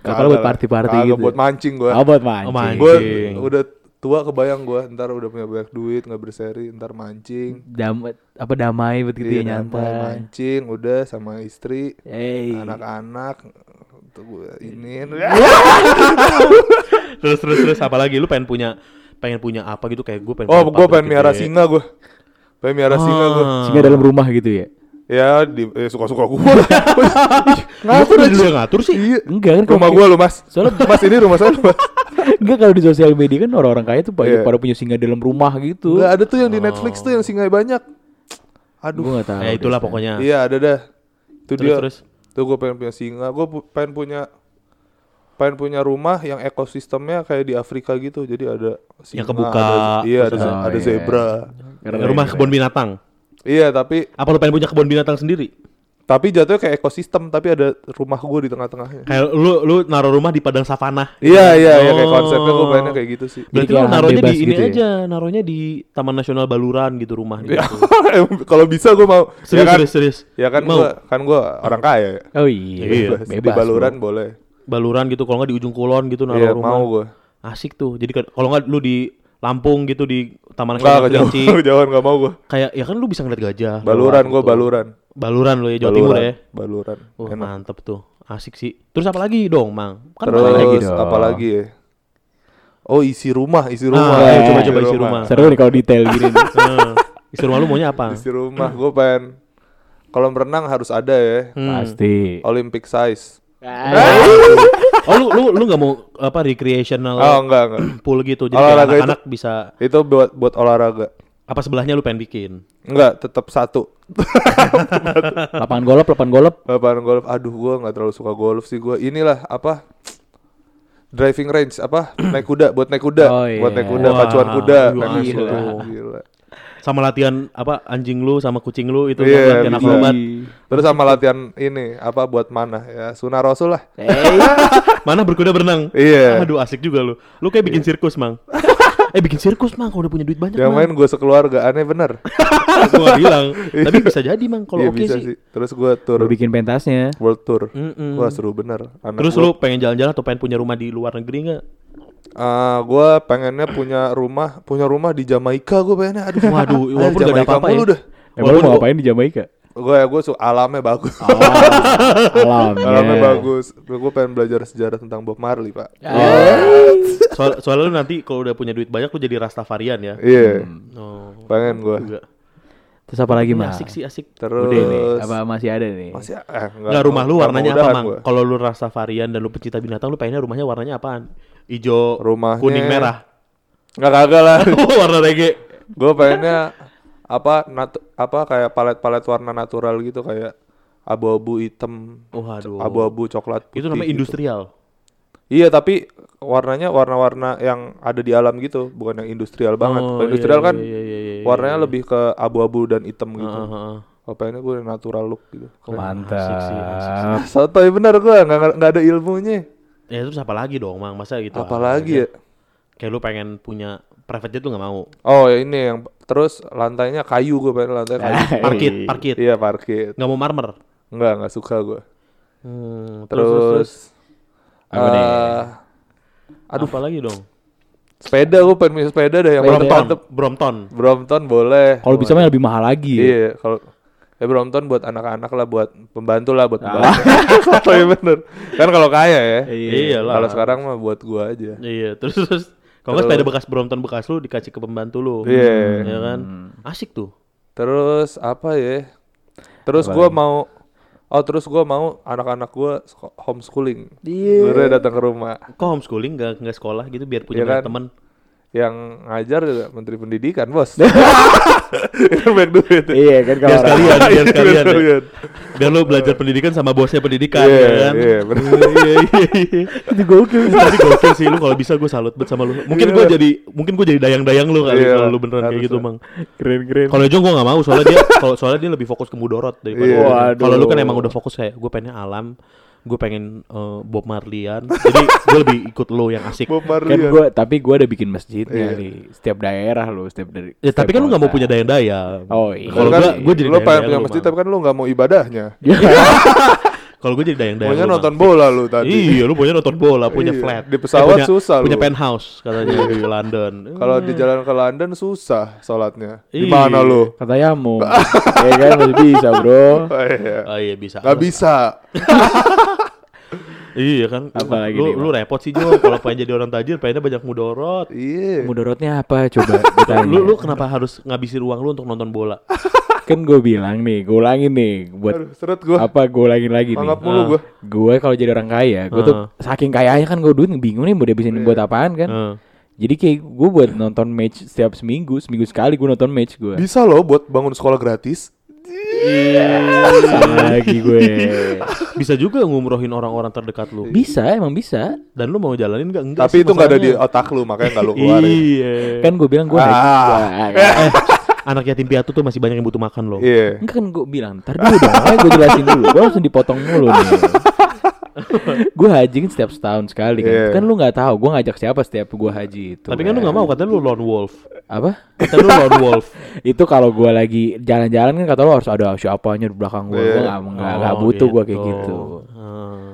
A: Kapal buat party-party gitu.
C: buat mancing gue.
A: Oh, buat mancing.
B: Oh, mancing.
C: Gue
B: Mancing.
C: udah tua kebayang gue ntar udah punya banyak duit nggak berseri ntar mancing.
A: Dam apa damai buat gitu
C: Iya,
A: ya nyantai. Iya.
C: Mancing udah sama istri,
A: Hey.
C: anak-anak tuh gua
A: Iya.
C: ini
B: terus terus terus apa lagi lu pengen punya pengen punya apa gitu kayak gue pengen punya
C: Oh, gue
B: pabrik
C: pengen
B: gede.
C: miara singa gue. Pengen miara singa gue.
B: Ah.
A: Singa dalam rumah gitu ya.
C: Ya, di, eh, suka-suka gue. ngatur
B: Ngatur
C: aja.
B: dulu yang ngatur sih.
C: Iya.
A: Enggak kan kalau-
C: Rumah gue lu mas.
A: Soalnya-
C: mas ini rumah saya lu mas.
A: Enggak kalau di sosial media kan orang-orang kaya tuh banyak
C: Iya.
A: pada punya singa dalam rumah gitu.
C: Nggak ada tuh yang di Netflix tuh yang singa banyak. Aduh.
A: Gue enggak tahu.
B: Ya itulah
A: deh.
B: pokoknya.
C: Iya ada dah. Itu
B: Terus
C: dia.
B: terus.
C: Tuh gue pengen punya singa. Gue pengen punya pengen punya rumah yang ekosistemnya kayak di Afrika gitu. Jadi ada singa.
B: Yang kebuka,
C: ada- iya ada,
B: terus
A: ada- Oh,
C: ada
A: iya.
C: zebra.
A: Keren,
B: rumah
A: keren.
B: kebun binatang.
C: Iya tapi
B: Apa lu pengen punya kebun binatang sendiri?
C: tapi jatuhnya kayak ekosistem tapi ada rumah gue di tengah-tengahnya.
B: Kayak lu lu naruh rumah di padang savana.
C: Iya iya iya kayak konsepnya gue
B: Oh.
C: pengennya kayak gitu sih.
A: Jadi
B: Berarti lu
A: kayak lahan
B: naruhnya di
A: bebas
B: ini
A: gitu ya?
B: aja, naruhnya di Taman Nasional Baluran gitu rumahnya. Gitu.
C: Emang Ya, Kalau bisa gue mau.
B: Serius,
C: ya Iya. kan,
B: serius, serius.
C: Ya kan
B: Mau.
C: gue kan gue orang kaya. ya.
A: Oh iya,
B: Iya,
A: bebas.
C: di Baluran boleh.
B: Baluran gitu, kalau nggak di ujung kulon gitu naruh
C: Iya
B: rumah.
C: mau gue.
B: Asik tuh. Jadi kan- kalau nggak lu di Lampung gitu di Taman
C: Enggak
B: Nasional
C: kejauhan,
B: Kelinci.
C: kejauhan gak mau gue.
B: Kayak ya kan lu bisa ngeliat gajah.
C: Baluran
B: lewat
C: gue
B: gitu.
C: baluran.
B: Baluran lu ya Jawa Timur ya.
C: Baluran, Baluran.
B: Wah,
C: Enak.
B: mantep tuh. Asik sih. Terus apa lagi dong, Mang? Kan
C: Terus
B: banyak
A: lagi
B: gitu.
A: dong.
C: apalagi ya? Oh isi rumah, isi
B: Ah,
C: rumah.
B: ayo
A: Eh,
B: coba-coba isi rumah.
A: Seru nih kalau detail gini. nih.
B: Heeh. Nah, Isi rumah lu maunya apa?
C: Isi rumah gue pengen kolam renang harus ada ya.
B: Hmm.
A: Pasti.
C: Olympic size.
B: Oh, lu lu lu nggak mau apa recreational
C: Oh enggak enggak.
B: pool gitu. Jadi kayak
C: Olahraga itu-
B: anak-anak bisa
C: Itu buat buat olahraga.
B: apa sebelahnya lu pengen bikin.
C: Enggak, tetap satu.
A: Lapangan golop, lapangan golop.
C: Lapangan golf. Aduh, gue nggak terlalu suka golf sih gue. Inilah apa? Driving range apa? Naik kuda, buat naik kuda,
A: Oh,
C: buat
A: iya.
C: naik kuda,
B: Wah,
C: pacuan kuda,
B: gila.
C: pengen naik kuda.
B: Gila.
C: Gila.
B: Sama latihan apa anjing lu sama kucing lu itu
C: Iya,
B: kan latihan
C: bisa.
B: akrobat.
C: Terus sama latihan ini apa buat mana ya? Sunnah Rasul lah.
B: Mana berkuda berenang.
C: Iya.
B: Aduh asik juga lu. Lu kayak bikin sirkus, Mang. eh bikin sirkus, Mang, kalau udah punya duit banyak,
C: Yang main
B: Mang.
C: gue sekeluarga aneh bener.
B: Gua nggak bilang. Tapi bisa jadi, Mang, kalau
C: Iya,
B: oke
C: bisa
B: sih.
C: Terus gue tour
A: Lu bikin pentasnya.
C: world tour.
B: Mm-mm.
C: Wah seru bener. Anak
B: Terus
C: gua,
B: lu pengen jalan-jalan atau pengen punya rumah di luar negeri nggak?
C: Ah, gue pengennya punya rumah, punya rumah di Jamaika gue pengennya. Aduh,
B: Waduh,
C: aduh,
B: walaupun nggak ada
C: Jamaika
B: apa-apa ya.
C: mulu dah.
A: Emang lu
B: Walaupun
A: Eh, mau
B: gua-
A: ngapain di Jamaika?
C: Gue ya gue suka alamnya bagus.
A: Alam.
C: alamnya bagus. Gue pengen belajar sejarah tentang Bob Marley pak.
B: Ya.
A: Eh,
B: Soal, soalnya lu nanti kalau udah punya duit banyak lu jadi Rastafarian ya.
C: Iya,
B: Oh.
C: pengen gue.
B: Juga. Iya,
A: Terus apa lagi, Mas?
B: Asik sih, asik.
C: Terus
A: Udah nih, apa masih ada nih?
C: masih eh, enggak,
B: Enggak rumah lu
C: enggak
B: warnanya
C: mau
B: apa,
C: udahan
B: Mang?
C: gua.
B: Kalau lu Rastafarian dan lu pencinta binatang, lu pengennya rumahnya warnanya apaan? Ijo,
C: Rumahnya-
B: kuning, merah.
C: Enggak kagak lah.
B: Warna reggae.
C: gue pengennya apa nat- apa kayak palet-palet warna natural gitu kayak abu-abu hitam,
B: Waduh.
C: abu-abu coklat.
B: Gitu. Itu
C: putih
B: namanya
C: gitu.
B: industrial.
C: Iya tapi warnanya warna-warna yang ada di alam gitu, bukan yang industrial banget.
B: Oh,
C: Kalau industrial
B: iya,
C: kan
B: iya, iya, iya, iya,
C: warnanya lebih gitu. ke abu-abu dan hitam gitu.
B: Heeh, heeh.
C: Oh, pengennya gue natural look gitu.
B: Asik sih, asik
A: Mantap.
C: Sotoy bener gue nggak nggak ada ilmunya.
B: Ya terus apa lagi dong, Mang? Masa gitu.
C: Apalagi ya?
B: Kayak lu pengen punya private jet lu nggak mau.
C: Oh ya ini yang terus lantainya kayu gue pengen lantai kayu.
B: Parkit, parkit.
C: iya parkit.
B: Nggak mau marmer.
C: Enggak nggak suka gue.
B: Hmm, terus, terus, terus.
C: Terus,
A: Apa nih?
C: eh,
B: Aduh, apa lagi dong?
C: sepeda gue pengen punya sepeda deh yang
B: Brompton,
C: mantep.
B: Brompton.
C: Brompton boleh.
A: Kalau bisa mah lebih mahal lagi. ya.
C: Iya, kalau ya Brompton buat anak-anak lah, buat pembantu lah, buat pembantu. Soalnya bener. Kan kalau kaya ya.
B: Iya lah.
C: Kalau sekarang mah buat gua aja.
B: Iya, terus terus Kalau nggak
C: Terus-
B: sepeda bekas Brompton bekas lu dikasih ke pembantu lu.
C: Iya.
B: Ya kan? Asik tuh.
C: Terus apa ya? Terus
A: Apa
C: gua
A: lagi?
C: mau Oh terus gua mau anak-anak gua sko- homeschooling.
B: Iya.
C: Gurunya datang ke rumah.
B: Kok homeschooling nggak nggak sekolah gitu biar punya
C: Iya
B: banyak
C: kan?
B: teman.
C: Yang ngajar juga Menteri Pendidikan bos. Itu banyak duit.
A: Iya kan kalau
B: Biar
A: orang-
B: sekalian, biar
C: Iya,
B: sekalian. ya.
C: sekalian.
B: Biar lu belajar pendidikan sama bosnya pendidikan
C: Iya,
B: ya kan.
C: iya, bener.
B: Iya, iya, iya.
A: itu gokil.
B: Tadi gokil sih lu kalau bisa gue salut banget sama lu. Mungkin gue
C: Iya.
B: jadi mungkin gue jadi dayang-dayang lu kali
C: Iya,
B: kalau lu beneran kayak
C: harus
B: gitu,
C: lah.
B: Bang.
A: Keren keren.
B: Kalau Jo gue gak mau soalnya dia kalau soalnya dia lebih fokus ke mudorot daripada
C: Iya.
B: gua.
A: Waduh.
B: kalau lu kan emang udah fokus kayak gue pengen alam, gue pengen eh, Bob Marlian. Jadi gue lebih ikut lo yang asik.
C: Bob
A: Kan
C: Marlian.
A: gua tapi gua ada bikin masjidnya
C: ya. Iya.
A: di setiap daerah loh, setiap dari.
B: Ya tapi
A: setiap
B: kan lu gak mau
A: kota.
B: punya dayang-dayang.
A: Oh, iya.
B: Kalau
C: Kan
B: gue gue jadi
C: lo pengen
B: dayang-dayang
C: punya
B: lu,
C: masjid
B: Bang.
C: tapi kan lo nggak mau ibadahnya.
A: Iya.
B: Kalau gue jadi dayang-dayang.
C: Maunya
B: lu, Bang.
C: nonton bola lo tadi.
B: Iya, lu punya nonton bola, punya
C: Iya,
B: flat. Eh,
C: di pesawat
B: punya,
C: susah
B: Punya
C: lu.
B: penthouse katanya di London.
C: Kalau di jalan ke London susah sholatnya.
B: Iya.
C: Di mana lo?
A: Katanya mau. ya kan masih bisa, Bro.
C: Oh, iya.
B: Oh iya bisa.
C: Gak bisa.
B: Iya kan.
A: Apalagi
B: lu,
A: nih,
B: lu repot sih Jo kalau pengen jadi orang tajir pengennya banyak mudorot.
C: Iya.
A: Mudorotnya apa coba? ditanya.
B: Lu lu kenapa harus ngabisin uang lu untuk nonton bola?
A: kan gue bilang nih, gue ulangin nih buat
C: Aduh, seret gua.
A: apa gue ulangin lagi nih.
C: Mangap mulu
B: Ah.
C: gua.
A: Gue kalau jadi orang kaya, gue tuh
B: Ah.
A: saking kayanya kan gue duit bingung nih mau
C: Iya.
A: dihabisin buat apaan kan.
B: Heeh.
A: Jadi kayak gue buat nonton match setiap seminggu, seminggu sekali gue nonton match gue.
C: Bisa loh buat bangun sekolah gratis.
A: Sama lagi gue.
B: Bisa juga ngumrohin orang-orang terdekat lu.
A: Bisa, emang bisa.
B: Dan lu mau jalanin nggak? Enggak
C: Iya. Tapi
B: sih
C: itu nggak ada di
B: masalahnya.
C: otak lu, makanya nggak lu keluarin.
B: Iya.
A: Kan gue bilang gue
C: Ah.
B: Eh, anak yatim piatu tuh masih banyak yang butuh makan loh.
C: Iya.
A: Enggak kan gue bilang, ntar dulu dong, gue jelasin dulu, gue langsung dipotong mulu nih Gue hajiin setiap setahun sekali kan,
C: Iya.
A: kan lu gak tahu gue ngajak siapa setiap gue haji itu
B: Tapi kan lu nggak mau katanya lu lone wolf.
A: Apa?
B: Katanya lu lone wolf.
A: Itu kalau gue lagi jalan-jalan kan kata lu harus ada siapanya di belakang gue, gue
C: Iya.
A: gak, nggak
B: Oh,
A: nggak butuh gue kayak gitu
B: Ah.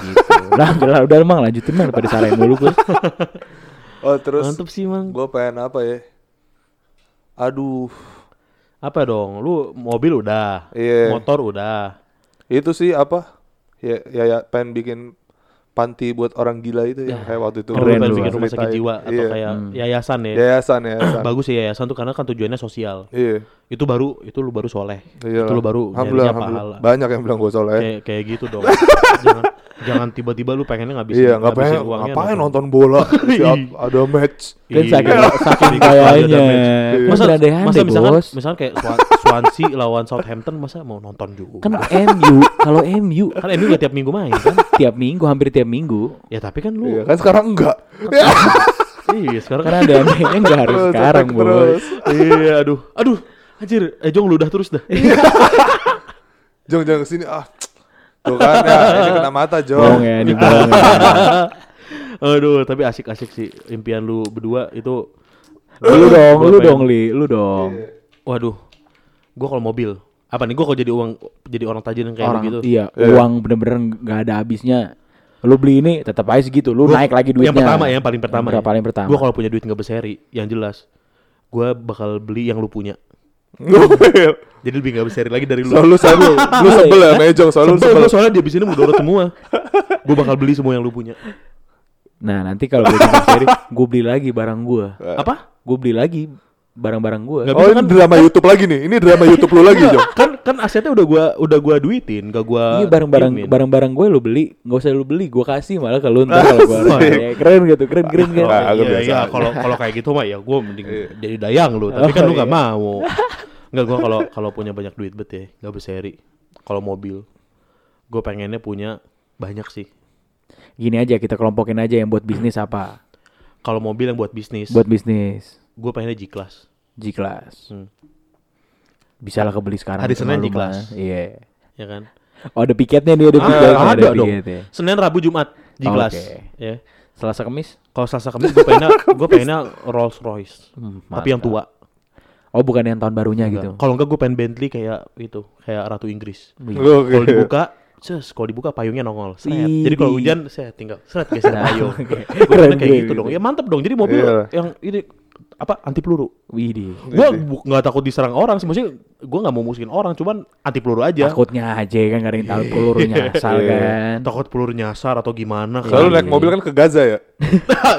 A: Gitu, lah udah, lah, udah emang lanjutin emang pada salahin mulu gue
C: Oh terus
B: Mantep sih mang.
C: gue pengen apa ya? Aduh,
B: Apa dong? Lu mobil udah,
C: Iya.
B: motor udah.
C: itu sih apa? Ya, ya, ya pengen bikin panti buat orang gila itu ya kayak waktu itu.
B: Kalau
A: Keren
B: lu pengen
A: lu, Hmm.
B: bikin rumah sakit
C: ceritain.
B: jiwa atau
C: Iya.
B: kayak yayasan ya.
C: yayasan yayasan.
B: Bagus ya yayasan tuh karena kan tujuannya sosial.
C: Iya.
B: Itu baru itu lu baru soleh.
C: Iya.
B: Itu lu baru
C: alhamdulillah,
B: nyarinya pahala.
C: alhamdulillah. Banyak yang bilang gue soleh.
B: Kayak kayak gitu dong. jangan jangan tiba-tiba lu pengennya ngabisin
C: Iya, nggak
B: ngabisin
C: pengen
B: uangnya
C: ngapain nonton bola? Siap, ada match.
A: Kan
B: Iya.
A: saking, saking
B: Iya, ada
A: kayaknya
B: damage.
A: Kan
B: Masa, masa
A: berandai-andai
B: misalkan,
A: bos
B: misalkan kayak Swan- Swansea lawan Southampton masa mau nonton juga?
A: Kan MU, kalau MU
B: kan MU nggak tiap minggu main kan?
A: tiap minggu, hampir tiap minggu
B: Ya tapi kan
C: Iya,
B: lu
C: kan sekarang enggak.
B: iya sekarang kan
A: Karena ada anehnya nggak harus
C: Terus,
A: sekarang
C: terus,
A: bos
C: terus.
B: iya aduh aduh anjir eh jong lu udah terus dah.
A: Iya.
C: Jong jangan kesini ah. Tuh kan ya, ini kena mata
A: Bohong
C: Jong.
B: Iya.
A: ya, dibohong ya.
B: Aduh, tapi asik-asik sih impian lu berdua itu.
A: Lu dong,
B: Gua
A: lu
B: pengen- Iya.
A: dong Li, lu dong
B: Waduh. Gua kalau mobil. Apa nih gua kalau jadi uang jadi orang tajir yang kayak
A: Orang,
B: begitu.
A: iya, uang bener-bener nggak ada habisnya Lu beli ini, tetap aja segitu, lu naik lagi duitnya
B: Yang pertama ya, yang paling pertama.
A: Yang paling pertama
B: Gua kalau punya duit nggak berseri, yang jelas. Gua bakal beli yang lu punya. Jadi lebih nggak berseri lagi dari lu.
C: Soalnya lu sebel, lu sebel ya sama Ejong, soalnya lu
B: Sebel
C: sebel.
B: gua soalnya dia bisnisnya mudorot semua. gua bakal beli semua yang lu punya.
A: Nah nanti kalau gue jadi seri, gue beli lagi barang gue
B: Apa?
A: Gue beli lagi barang-barang gue
B: Nggak
C: Oh ini drama YouTube lagi nih, ini drama YouTube lu lagi Jong.
B: Kan kan asetnya udah gua udah gua duitin, gak gua
A: Iya
C: Eh,
A: barang-barang
B: diemin.
A: barang-barang gue lu beli, nggak usah lu beli, gue kasih malah kalau lu ntar
C: Ah,
A: kalau gue Ya, keren gitu, keren keren kan.
C: Nah, aku
B: Iya, iya,
C: biasa aja. Iya.
B: kalau kalau kayak gitu mah ya gue mending jadi dayang
A: Oh,
B: lu, tapi
A: iya.
B: kan lu nggak mau. Enggak gue kalau kalau punya banyak duit bet ya, nggak berseri. Kalau mobil, gue pengennya punya banyak sih.
A: Gini aja kita kelompokin aja yang buat bisnis apa,
B: Kalau mobil yang buat bisnis,
A: buat bisnis
B: gue pengennya G class.
A: G class,
B: Hmm.
A: bisa lah kebeli sekarang.
B: Hari
A: itu mah
B: Senin G class.
A: lumayan. Iya.
B: Ya kan?
A: Oh ada piketnya nih, ada piketnya,
B: Ah, ada dong.
A: piketnya.
B: Senin, Rabu, Jumat G class.
A: Oke.
B: Ya.
A: Selasa Kamis?
B: Kalau Selasa Kamis gue pengennya gue pengennya Rolls Royce,
A: Hmm,
B: tapi yang
A: mantap.
B: tua.
A: Oh bukan yang tahun barunya gitu.
B: Kalau enggak gue pengen Bentley kayak itu, kayak Ratu Inggris.
C: Oke.
B: Kalau dibuka, ses, kalau dibuka payungnya nongol. Seret.
A: Widih.
B: Jadi kalau hujan, saya tinggal seret geser
A: Nah,
B: payung.
A: oke.
B: Gue
A: Keren,
B: kayak
A: keren,
B: gitu
A: keren.
B: dong. Ya mantep dong. Jadi mobil
C: Iya.
B: yang ini apa anti peluru.
A: Widih.
B: Gue nggak takut diserang orang sih, maksudnya gue nggak mau musuhin orang, cuman anti peluru aja.
A: Takutnya aja kan gak ada yang tahu peluru nyasar
C: Iya.
A: kan.
B: Takut peluru nyasar atau
A: Iya.
B: gimana?
C: Selalu
B: kan.
C: naik mobil kan ke Gaza ya?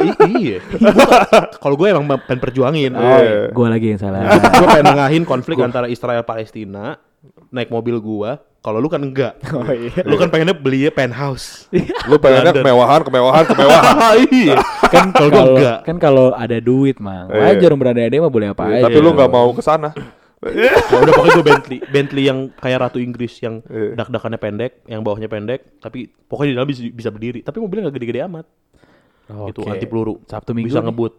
B: I- iya. Gua- Kalau gue emang pengen perjuangin.
C: Iya.
A: Gue lagi yang salah.
B: gue pengen nengahin konflik antara Israel Palestina naik mobil gua kalau lu kan enggak
A: Oh iya.
B: lu kan pengennya beli penthouse
C: Lu pengennya
B: London.
C: kemewahan, kemewahan, kemewahan.
B: iya kan kalau gua
A: Kalau
B: enggak
A: kan kalau ada duit mang,
C: Iya.
A: wajar orang berada mau boleh apa aja.
C: Tapi lu nggak mau ke sana.
B: Ya udah pokoknya gue Bentley Bentley yang kayak ratu Inggris yang
C: Iya.
B: dak-dakannya pendek yang bawahnya pendek tapi pokoknya di dalam bisa, bisa berdiri tapi mobilnya nggak gede-gede amat
A: Oke.
B: gitu anti peluru
A: Sabtu Minggu
B: bisa
A: nih.
B: ngebut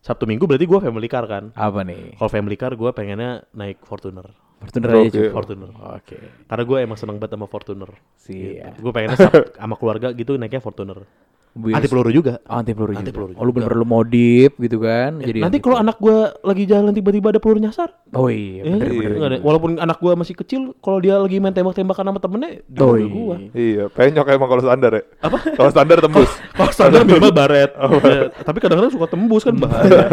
B: Sabtu Minggu berarti gua family car kan
A: Apa nih?
B: kalau family car gua pengennya naik Fortuner
A: Fortuner
C: Oke.
A: aja cukup.
B: Fortuner
A: Oke.
B: karena gue emang seneng banget sama Fortuner
A: Siap.
B: Gue pengennya sab- sama keluarga gitu naiknya Fortuner.
A: Bias-
B: Anti peluru juga.
A: Oh, anti peluru juga.
B: Anti peluru
A: Oh, lu
B: juga. Eh,
A: bener lu modif gitu kan. Jadi
B: Nanti
A: anti-
B: kalau anak gua lagi jalan tiba-tiba ada peluru nyasar.
A: Oh iya,
B: Ya,
A: bener bener.
B: nggak ada. Walaupun anak gua masih kecil, kalau dia lagi main tembak-tembakan sama temennya, dia
A: Oh
B: mobil
A: iya.
B: gua.
C: Iya, penyok emang kalau standar ya. Apa? Kalau standar tembus.
B: Kalau standar minimal baret. Ya, tapi kadang-kadang suka tembus kan
A: Iya.
B: bahaya.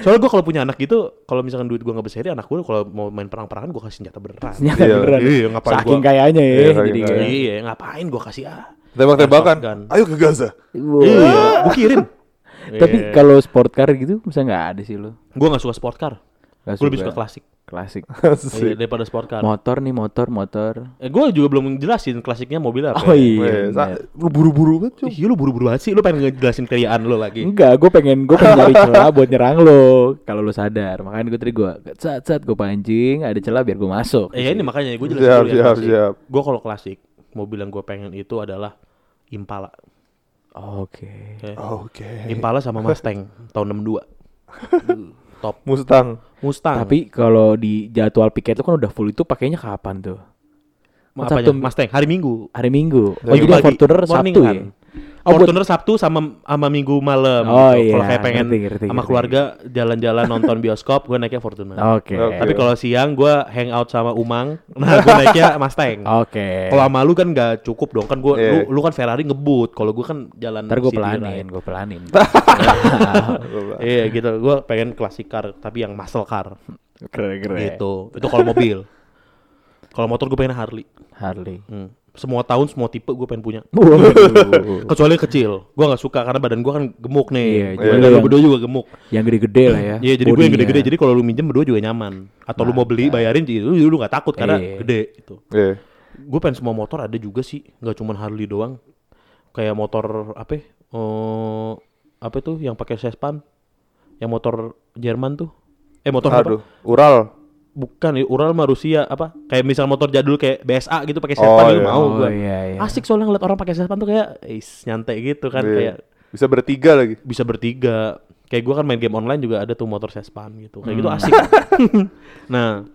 B: Soalnya gua kalau punya anak gitu, kalau misalkan duit gua nggak berseri, anak gua kalau mau main perang-perangan gua kasih senjata beneran.
A: Ternyata
C: Iya,
A: beneran.
B: iya, ngapain
A: Saking
B: gua-
A: kayanya ya.
C: Iya, saking
A: jadi
C: kaya.
A: kayak-
B: Iya, ngapain gua kasih ah. Shotgun.
C: Tembak-tembakan. Ayo ke Gaza.
A: Wow.
B: Iya, gua kirim.
A: Oh.
B: Iya.
A: Iya. Tapi kalau sport car gitu bisa nggak ada sih lu?
B: gua nggak suka sport car.
A: Nggak
B: Gua lebih
A: suka.
B: suka klasik
A: Klasik.
B: Iya,
C: Asik.
B: daripada sport car.
A: Motor nih motor motor.
B: Eh, gue juga belum jelasin klasiknya mobil apa.
A: Oh
B: ya.
A: iya.
C: Weh, sa-
A: bener.
C: Lu buru-buru banget, Cuk.
B: Ih, iya, lu buru-buru banget sih. Lu pengen ngejelasin keriaan lu lagi.
A: Enggak, gue pengen gue pengen nyari celah buat nyerang lo. Kalau lo sadar, makanya gue tadi gue cat cat gue pancing, ada celah biar gue masuk.
B: Eh, ya ini makanya gue jelasin
C: Siap,
B: dulu ya.
C: siap, siap.
B: Gue kalau klasik, mobil yang gue pengen itu adalah Impala.
A: Oke.
B: Oke.
A: iya.
C: Oke.
B: Impala sama Mustang tahun 62. Top.
C: Mustang.
B: Mustang.
A: Tapi kalau di jadwal piket lo kan udah full itu pakainya kapan tuh?
B: Ma-
A: Sabtu-
B: apanya? Mustang hari Minggu.
A: Hari Minggu. Oh,
B: Minggu
A: jadi
B: pagi.
A: Fortuner
B: Morning kan?
A: Sabtu
B: run.
A: ya. Oh, buat-
B: Fortuner Sabtu sama sama Minggu malam.
A: Oh,
B: gitu. Kalau
A: iya,
B: kayak pengen
A: ngerti, ngerti,
B: sama
A: ngerti.
B: keluarga jalan-jalan nonton bioskop, gue naiknya Fortuner.
A: Oke.
C: Oke.
B: Tapi kalau siang gue hangout sama Umang, nah gue naiknya Mustang.
A: Oke.
B: Kalau sama lu kan nggak cukup dong kan gua
C: Iya.
B: lu, lu kan Ferrari ngebut. Kalau gua kan jalan
A: Ntar gue
B: city
A: pelanin,
B: ride.
A: gue pelanin.
B: Iya gitu. Gua pengen klasik car tapi yang muscle car
A: keren keren.
B: gitu. Itu kalau mobil. kalau motor gua pengen Harley.
A: Harley.
B: Hmm. Semua tahun semua tipe gua pengen punya.
A: Waduh.
B: Kecuali yang kecil. Gua nggak suka karena badan gua kan gemuk
A: Iya,
B: nih.
A: jadi
B: Badan lu
A: yang-
B: berdua juga gemuk.
A: yang gede-gede lah ya.
B: Iya, jadi gue yang
A: bodinya.
B: gede-gede. Jadi kalau lu minjem berdua juga nyaman. Atau lu mau beli bayarin jadi lu, lu gak takut karena
A: Nah. Iya.
B: gede gitu.
C: Iya.
B: gue pengen semua motor ada juga sih nggak cuma Harley doang kayak motor apa ya? Eh, apa tuh yang pakai sespan yang motor Jerman tuh eh motor
C: Aduh,
B: apa
C: Ural.
B: bukan ya, Ural mah Rusia apa kayak misal motor jadul kayak BSA gitu pakai
C: Oh,
B: sespan gitu
C: iya.
B: mau
A: Oh,
B: gua.
A: iya, iya.
B: asik soalnya ngeliat orang pakai sespan tuh kayak is nyantai gitu kan
C: Iya.
B: kayak
C: Bisa bertiga lagi.
B: bisa bertiga kayak gue kan main game online juga ada tuh motor sespan gitu kayak gitu asik nah
A: Hmm.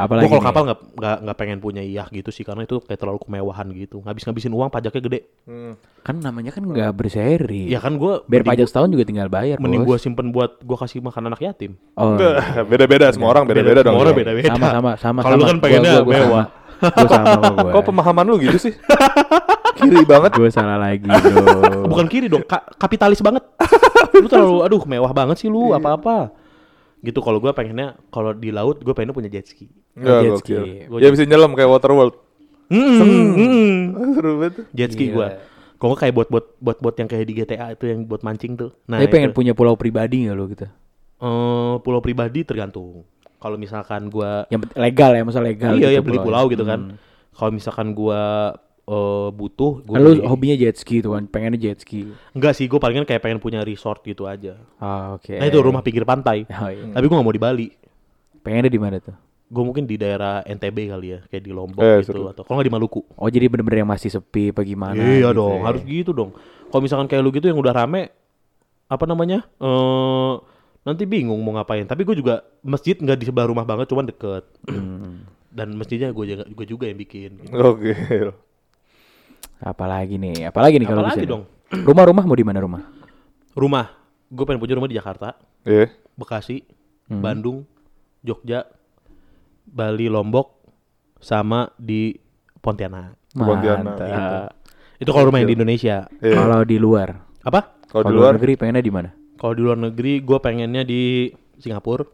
A: Apalagi
B: Gue kalau
A: nih?
B: kapal nggak nggak nggak pengen punya iya gitu sih karena itu kayak terlalu kemewahan gitu. Ngabis ngabisin uang pajaknya gede.
A: kan namanya kan nggak berseri.
B: Ya kan gue
A: Biar pajak setahun juga tinggal bayar.
B: mending
A: Bos.
B: gue simpen buat gue kasih makan anak yatim.
A: Oh. iya.
C: Beda-beda semua orang beda-beda dong.
B: Semua orang beda-beda.
A: Sama sama sama.
B: Kalau lu
A: sama.
B: kan pengennya
A: Gua- gua- gua
B: mewah.
A: sama. Gua sama sama gua.
C: Kok pemahaman lu gitu sih? Kiri banget.
A: Iya. Gua salah lagi dong.
B: Bukan kiri dong, ka- kapitalis banget. lu terlalu aduh mewah banget sih lu
A: Iya.
B: apa-apa. Gitu kalau gue pengennya kalau di laut gue pengennya punya jet ski.
C: Enggak,
A: Jet ski.
C: gokil. Dia bisa nyelam kayak Waterworld.
A: Hmm.
B: Mm-mm, mm-mm.
C: Seru banget.
B: Jet
A: Iya.
B: ski gue. Kalau nggak kayak buat buat buat buat yang kayak di GTA itu yang buat mancing tuh. Nah,
A: Tapi pengen
B: itu.
A: punya pulau pribadi nggak lo gitu?
B: Eh, pulau pribadi tergantung. Kalau misalkan gue
A: Yang bet- legal ya, masa legal.
B: iya
A: gitu
B: ya beli pulau gitu kan.
A: Hmm.
B: Kalau misalkan gua eh, butuh, gua
A: Kan lu
B: beli.
A: hobinya jet ski tuh kan, pengennya jet ski.
B: enggak sih, gua palingan kayak pengen punya resort gitu aja.
A: Ah, oke.
B: Nah itu rumah pinggir pantai.
A: Oh, iya.
B: Tapi gua nggak mau di Bali.
A: Pengennya di mana tuh?
B: Gua mungkin di daerah NTB kali ya, kayak di Lombok
C: Eh,
B: gitu
C: seru.
B: atau kalau nggak di Maluku.
A: Oh, jadi bener-bener yang masih sepi apa gimana?
B: iya
A: gitu
B: dong,
A: ya.
B: harus gitu dong. Kalau misalkan kayak lu gitu yang udah rame apa namanya? Eh nanti bingung mau ngapain. Tapi gua juga masjid nggak di sebelah rumah banget, cuman deket. Hmm. Dan masjidnya gua juga, gua juga yang bikin.
C: Oke.
A: Apalagi nih, apalagi nih kalau bisa
B: Apalagi
A: nih?
B: dong.
A: Rumah-rumah mau di mana rumah?
B: Rumah, gua pengen punya rumah di Jakarta.
C: Iya.
B: Bekasi, Bandung, Jogja, Bali, Lombok, sama di Pontianak.
C: Pontianak.
A: Mantap.
B: Ah. Itu kalau rumah yang di Indonesia.
C: Iya.
A: Kalau di luar,
B: Apa?
C: Kalau di luar
A: negeri pengennya di mana?
B: Kalau di luar negeri gue pengennya di Singapura,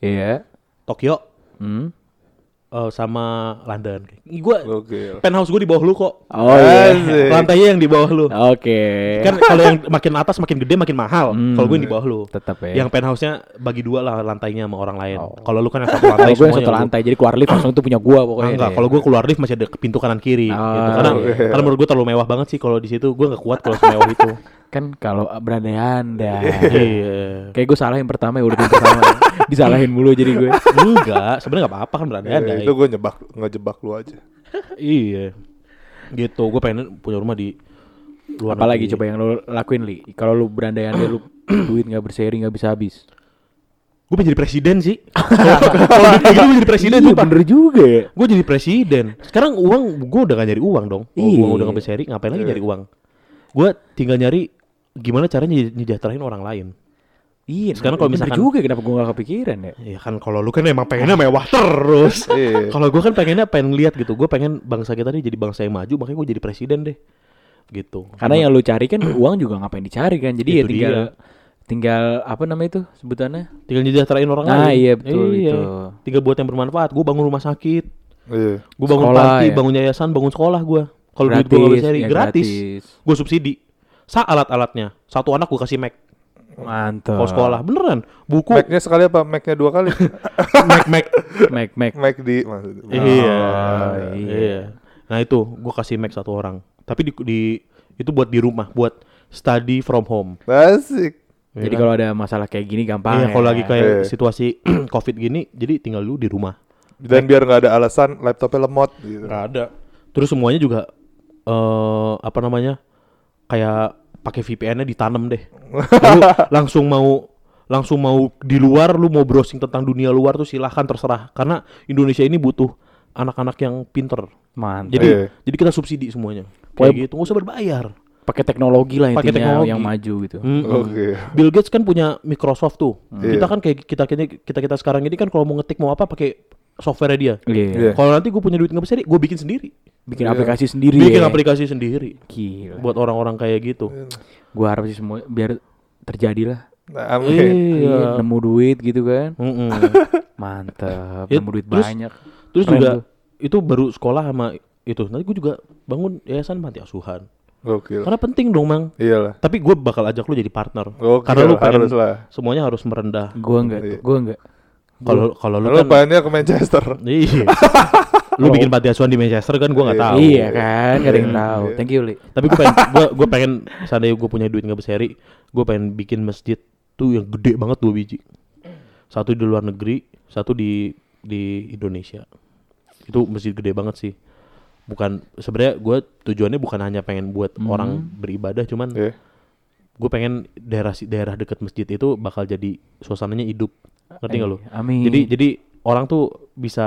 A: Iya.
B: Tokyo,
A: Hmm.
B: eh, sama London. Gue
C: Gokil.
B: penthouse gue di bawah lu kok.
A: Oh iya.
C: Asik.
B: Lantainya yang di bawah lu.
A: Oke.
B: Eh, Kan kalau yang makin atas makin gede makin mahal.
A: Hmm.
B: Kalau gue yang di bawah lu.
A: Tetap ya.
B: Yang penthouse-nya bagi dua lah lantainya sama orang lain.
A: Oh.
B: Kalau lu kan yang satu lantai
A: Kalau gue yang
B: semuanya
A: satu
B: lu.
A: lantai, jadi keluar lift langsung itu punya gua
B: Ah,
A: pokoknya.
B: enggak,
A: deh.
B: kalau gue keluar lift masih ada ke pintu kanan kiri
A: Oh,
B: gitu. Karena,
A: oke.
B: karena menurut gue terlalu mewah banget sih kalau di situ gue nggak kuat kalau semewah itu.
A: kan kalau berandai-andai.
B: Iya.
A: Kayak gue salah yang pertama ya udah yang pertama. Disalahin mulu jadi gue.
B: Enggak, sebenarnya nggak apa-apa kan berada ada.
A: Iya,
C: Eh, itu gue nyebak ngejebak lu aja.
B: Iya. Gitu, gue pengen punya rumah di luar
A: Apalagi
B: negeri.
A: coba yang lo lakuin Li. Kalau lo berandai-andai lu duit nggak berseri nggak bisa habis.
B: Gue pengen jadi presiden sih. Kalau gitu gue jadi presiden
A: Iya,
B: sumpah.
A: bener juga ya.
B: Gue jadi presiden. Sekarang uang gue udah gak nyari uang dong. Kalau
A: Iya.
B: uang udah gak seri, ngapain lagi nyari uang? Gue tinggal nyari gimana caranya nyej- nyejahterain orang lain.
A: Iya.
B: Sekarang kalau
A: bener
B: misalkan-
A: juga kenapa gue nggak kepikiran ya.
B: Ya kan kalau lu kan emang pengennya mewah terus.
C: Iya.
B: kalau gue kan pengennya pengen lihat gitu. Gue pengen bangsa kita nih jadi bangsa yang maju, makanya gue jadi presiden deh. Gitu.
A: Karena yang lu cari kan uang juga ngapain dicari kan. Jadi ya
B: Itu
A: tinggal
B: dia.
A: tinggal apa namanya itu sebutannya?
B: tinggal nyejahterain orang
A: Ah,
B: lain.
A: iya, betul, itu.
B: Tinggal buat yang bermanfaat. Gue bangun rumah sakit,
C: Iya.
B: gue bangun
A: Sekolah,
B: panti,
A: ya.
B: bangun yayasan, bangun sekolah gue. Kalau duit gue
A: Gratis,
B: nggak bisa cari
A: ya,
B: gratis,
A: gratis.
B: gue subsidi. Sa alat-alatnya, satu anak gue kasih Mac
A: Mantap.
B: kalau
A: Ah.
B: sekolah, beneran. Buku Mac,
C: Mac-nya sekali apa? Mac-nya dua kali.
B: Mac, Mac.
A: Mac Mac.
C: Mac di maksudnya.
B: iya,
A: iya.
B: iya. Nah itu gue kasih Mac satu orang. Tapi di, di- itu buat di rumah, buat study from home.
C: Nah, Asik.
A: Jadi kalau ya. ada masalah kayak gini gampang.
B: kan? Iya, kalau lagi
A: Eh.
C: Iya.
B: kayak situasi COVID gini, jadi tinggal lu di rumah.
C: Dan biar nggak ada alasan laptopnya lemot gitu.
B: Gak ada. Iya. Terus semuanya juga eh apa namanya? Kayak pakai VPN-nya ditanam deh. lu langsung mau langsung mau di luar lu mau browsing tentang dunia luar tuh silahkan terserah karena Indonesia ini butuh anak-anak yang pinter.
A: Mantap.
B: Jadi
C: Iya.
B: jadi kita subsidi semuanya.
A: Pokoknya-
B: Kayak gitu nggak usah berbayar.
A: pakai teknologi lah
B: Pakai
A: intinya
B: teknologi.
A: yang maju gitu.
B: Mm-mm.
C: Oke.
B: Bill Gates kan punya Microsoft tuh.
C: Iya.
B: Kita kan kayak kita kita kita sekarang ini kan kalau mau ngetik mau apa pakai software dia.
A: Iya.
C: Iya.
B: Kalau nanti gue punya duit nggak besar, gue bikin sendiri.
A: Bikin aplikasi sendiri.
B: Iya. Bikin
A: ya.
B: aplikasi sendiri.
A: Gila.
B: buat orang-orang kayak gitu.
C: Iya.
A: Gua harap sih semua biar terjadilah.
C: Nah, amin.
A: Iya, nemu duit gitu kan.
B: Mm-mm.
A: Mantap.
B: Ya,
A: nemu duit
B: terus-
A: banyak.
B: Terus
A: Keren
B: juga
A: tuh.
B: itu baru sekolah sama itu. Nanti gue juga bangun yayasan panti asuhan.
C: Gokil. Iya
B: Karena penting dong, Mang.
C: Iyalah.
B: Tapi gue bakal ajak lu jadi partner.
C: Gokil,
B: Karena lu pengen
C: harus lah.
B: semuanya harus merendah.
A: Gua enggak,
B: Iya.
A: tuh, gua enggak.
B: Kalau kalau lu
C: Lu
B: kan
C: pengennya ke Manchester.
B: Iya. lu bikin panti asuhan di Manchester kan gue nggak
C: Iya.
B: tahu. iya.
A: Iya kan, gak ada yang tahu. Thank you, Li.
B: Tapi gue pengen gue gue pengen seandainya gue punya duit nggak berseri, gue pengen bikin masjid tuh yang gede banget dua biji. Satu di luar negeri, satu di di Indonesia. Itu masjid gede banget sih. Bukan sebenarnya gue tujuannya bukan hanya pengen buat orang beribadah, cuman
C: Iya.
B: gue pengen daerah si- daerah dekat masjid itu bakal jadi suasananya hidup. Ngerti nggak lu?
A: Amin.
B: Jadi jadi orang tuh bisa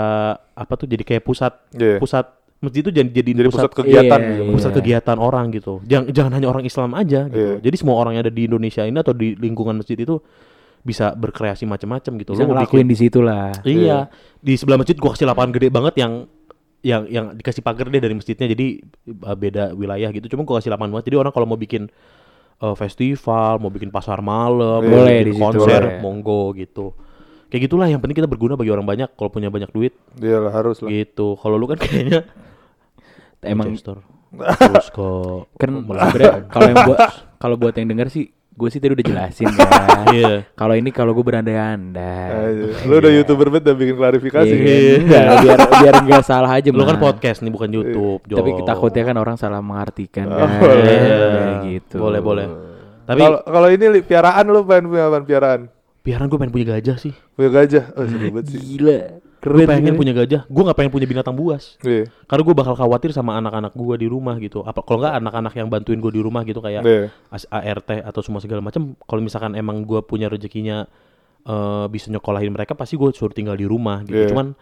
B: apa tuh jadi kayak pusat
C: Iya.
B: pusat masjid itu jadi jadi,
C: Jadi pusat kegiatan gitu.
A: Iya.
B: pusat kegiatan orang gitu. Jangan jangan hanya orang Islam aja gitu.
C: Iya.
B: Jadi semua orang yang ada di Indonesia ini atau di lingkungan masjid itu bisa berkreasi macam-macam gitu.
A: Bisa
B: Lu mau
A: ngelakuin
B: bikin-
A: di situ lah.
B: Iya, di sebelah masjid gua kasih lapangan gede banget yang yang yang dikasih pagar deh dari masjidnya jadi eh, beda wilayah gitu. Cuma gua kasih lapangan banget. Jadi orang kalau mau bikin eh, festival, mau bikin pasar malam, mau
A: Boleh
B: bikin
A: di situ,
B: konser,
A: boleh.
B: monggo gitu. Kayak gitulah yang penting kita berguna bagi orang banyak kalau punya banyak duit
C: Iyalah harus Iya lah.
B: gitu. Kalau lu kan kayaknya Iya,
A: Emang
B: Manchester. Terus kok
A: kan sebenarnya kalau yang buat kalau buat yang denger sih gue sih tadi udah jelasin kan.
B: Iya.
A: Kalau ini kalau gue berandai-andai.
C: Aduh, Nah, iya. Lu udah youtuber banget udah bikin klarifikasi.
A: Iya, enggak, biar biar enggak salah aja.
B: Lu kan
A: Mas.
B: podcast nih bukan YouTube, Jo.
A: Nah. Tapi takutnya kan orang salah mengartikan kan.
C: boleh.
A: Kayak gitu.
B: Oh, Boleh, boleh. Tapi
C: Kalau kalau ini Li, piaraan lu pengen punya apaan piaraan?
B: piaran gue pengen punya gajah sih.
C: Punya gajah. Oh, seru banget sih.
A: Gila.
B: Gue
A: Keren.
B: pengen
A: gitu.
B: punya gajah. Gue nggak pengen punya binatang buas.
C: Iya.
B: Karena gue bakal khawatir sama anak-anak gue di rumah gitu. Apa kalau nggak anak-anak yang bantuin gue di rumah gitu kayak
C: Iya.
B: as- ART atau semua segala macam. Kalau misalkan emang gue punya rezekinya eh bisa nyekolahin mereka, pasti gue suruh tinggal di rumah gitu.
C: Iya.
B: Cuman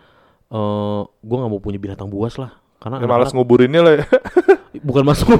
B: eh gue nggak mau punya binatang buas lah. Nah, Karena
C: Ya, malas
B: anak-anak-
C: nguburinnya lah ya.
B: bukan masuk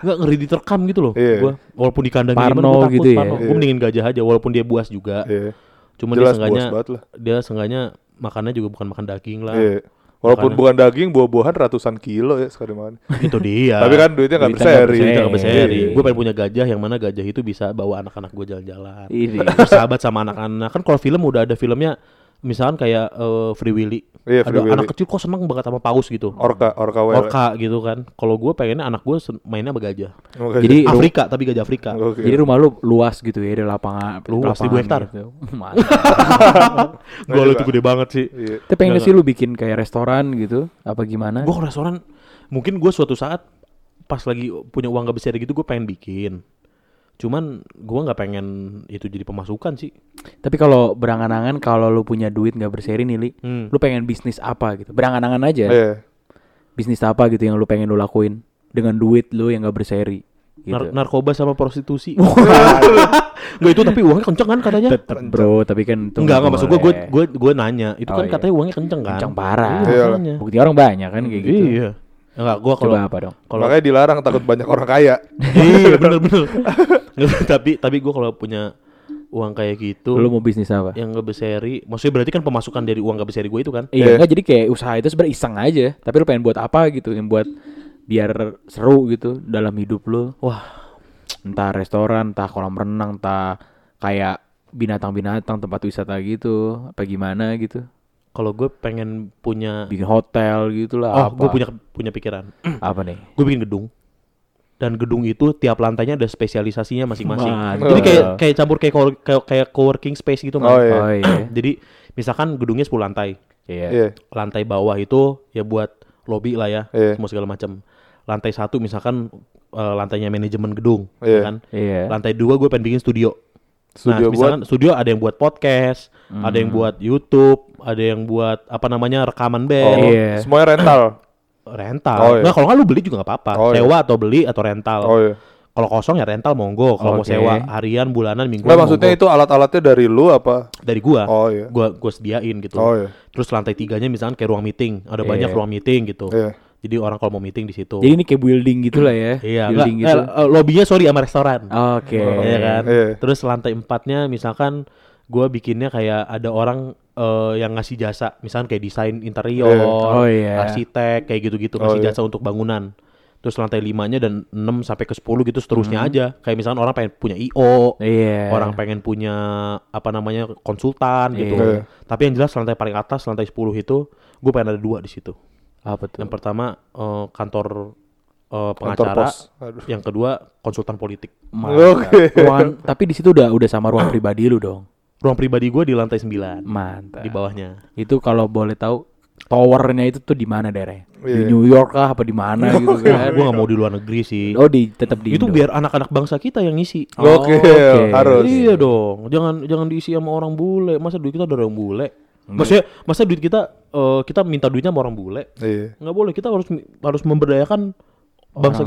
B: Enggak ngeri diterkam gitu loh.
C: Iya.
B: Gua walaupun di kandang
A: Parno gitu ya.
B: Gue
C: Iya.
B: mendingin gajah aja walaupun dia buas juga.
C: Iya.
B: Cuma
C: Jelas
B: dia sengganya
C: buas banget lah.
B: dia sengganya makannya juga bukan makan daging lah.
C: Iya. Walaupun bukan daging, buah-buahan ratusan kilo ya sekali makan.
B: itu dia
C: Tapi kan duitnya nggak
A: Duitnya nggak
C: berseri.
A: berseri.
B: Kita nggak berseri.
A: Iya.
B: Gue pengen punya gajah yang mana gajah itu bisa bawa anak-anak gue jalan-jalan.
A: Ini.
B: Bersahabat sama anak-anak. Kan kalau film udah ada filmnya misalkan kayak eh, Free Willy.
C: Iya,
B: ada
C: Free Willy.
B: anak kecil kok seneng banget sama paus gitu.
C: Orka, orka wele.
B: Orka gitu kan. Kalau gue pengennya anak gue mainnya sama gajah.
C: Makanya.
A: Jadi ru-
B: Afrika tapi gajah Afrika.
C: gitu. Oke.
A: Jadi rumah lu luas gitu ya, ada lapangan
B: Luas,
A: lapangan
B: ribu hektar.
A: gitu. Mantap.
B: Gol itu gede banget sih.
C: Iya.
A: Tapi pengen sih lu bikin kayak restoran gitu, apa gimana?
B: Gue ke restoran mungkin gue suatu saat pas lagi punya uang gak besar gitu gue pengen bikin. Cuman gue nggak pengen itu jadi pemasukan sih.
A: Tapi kalau berangan-angan kalau lu punya duit nggak berseri nih, Li,
B: Hmm.
A: lu pengen bisnis apa gitu? Berangan-angan aja.
C: Iya.
A: Bisnis apa gitu yang lu pengen lu lakuin dengan duit lu yang nggak berseri gitu.
B: Nar- narkoba sama prostitusi. gue itu tapi uangnya kenceng kan katanya?
A: Tetep, bro, tapi kan itu
B: Enggak, enggak
A: nggak
B: maksud gue, gue,
A: boleh.
B: gue, gue nanya. Itu
A: Oh,
B: kan
A: iya.
B: katanya uangnya kenceng kan?
A: kencang parah.
B: Iya,
C: Iya.
B: makanya.
A: Bukti orang banyak kan kayak gitu.
B: Iya. Enggak, gue kalau
A: Coba apa dong?
B: kalau
C: Makanya dilarang takut banyak orang kaya.
B: iya bener-bener. Nggak, tapi tapi gue kalau punya uang kayak gitu
A: Lu mau bisnis apa?
B: yang nggak beseri, maksudnya berarti kan pemasukan dari uang nggak beseri gue itu kan?
A: Iya, enggak jadi kayak usaha itu sebenarnya iseng aja, tapi lu pengen buat apa gitu, yang buat biar seru gitu dalam hidup lu.
B: Wah,
A: Entah restoran, entah kolam renang, entah kayak binatang-binatang tempat wisata gitu, apa gimana gitu.
B: kalau gue pengen punya
A: Bikin hotel gitu
B: Oh,
A: lah apa.
B: gue punya punya pikiran.
A: apa nih?
B: gue bikin gedung dan gedung itu tiap lantainya ada spesialisasinya masing-masing.
A: Mantap.
B: Jadi kayak kayak campur kayak co- kayak, kayak co-working space gitu
C: Oh,
B: man.
C: iya.
A: Oh iya.
B: Jadi misalkan gedungnya 10 lantai.
A: Iya.
C: Iya.
B: Lantai bawah itu ya buat lobby lah ya,
C: Iya.
B: semua segala macam. Lantai satu misalkan eh, lantainya manajemen gedung,
C: Iya.
B: ya kan?
A: Iya.
B: Lantai dua gue pengen bikin studio. nah,
C: Studio Hmm.
B: misalkan studio ada yang buat podcast, ada yang buat YouTube, ada yang buat apa namanya rekaman
C: Oh,
B: band,
A: Iya.
C: semuanya rental.
B: rental.
C: Oh, iya.
B: Nah, kalau nggak lu beli juga nggak apa-apa,
C: Oh, iya.
B: sewa atau beli atau rental.
C: Oh iya.
B: Kalau kosong ya rental monggo, kalau mau
A: Oke.
B: sewa harian, bulanan, mingguan
C: Enggak maksudnya
B: monggo.
C: itu alat-alatnya dari lu apa?
B: dari gua.
C: Oh iya.
B: Gua Ah. gua sediain gitu.
C: Oh iya.
B: Terus lantai tiganya misalkan kayak ruang meeting, ada
A: Iya.
B: banyak ruang meeting gitu.
C: Iya.
B: Jadi orang kalau mau meeting di situ.
A: Jadi ini kayak building gitu lah ya.
B: Iya,
A: building
B: enggak,
A: gitu.
B: eh, eh, lobbynya sorry sama restoran.
A: Oke.
B: Iya kan?
C: Iya.
B: Terus lantai empatnya misalkan gua bikinnya kayak ada orang eh, yang ngasih jasa, misalkan kayak desain interior,
C: Iya.
A: Oh, iya.
B: arsitek kayak gitu-gitu
C: Oh,
B: ngasih
C: iya.
B: jasa untuk bangunan. Terus lantai limanya dan 6 sampai ke 10 gitu seterusnya aja. Kayak misalkan orang pengen punya
A: Hmm.
B: IO,
A: Iya.
B: orang pengen punya apa namanya konsultan gitu.
C: Iya.
B: Tapi yang jelas lantai paling atas lantai 10 itu gue pengen ada dua di situ.
A: apa tuh?
B: Yang pertama eh, kantor eh,
C: Kantor
B: pengacara,
C: pos. Aduh.
B: yang kedua konsultan politik.
A: Mantap.
C: Oke.
A: Ruangan- tapi di situ udah udah sama ruang pribadi lu dong.
B: Ruang pribadi gue di lantai 9
A: Mantap.
B: di bawahnya.
A: Itu kalau boleh tahu towernya itu tuh di mana daerahnya? Di
C: Iya.
A: New York kah apa di mana gitu kan?
B: gue gak mau di luar negeri sih.
A: Oh di tetap di
B: Iya. itu
A: Indo.
B: biar anak-anak bangsa kita yang ngisi.
A: Oh,
C: Oke,
A: oke.
C: harus.
B: Iya dong, jangan jangan diisi sama orang bule. Masa duit kita dari orang bule?
A: Hmm.
B: Maksudnya, masa duit kita eh, kita minta duitnya sama orang bule?
C: Iya.
B: nggak boleh kita harus harus memberdayakan bangsa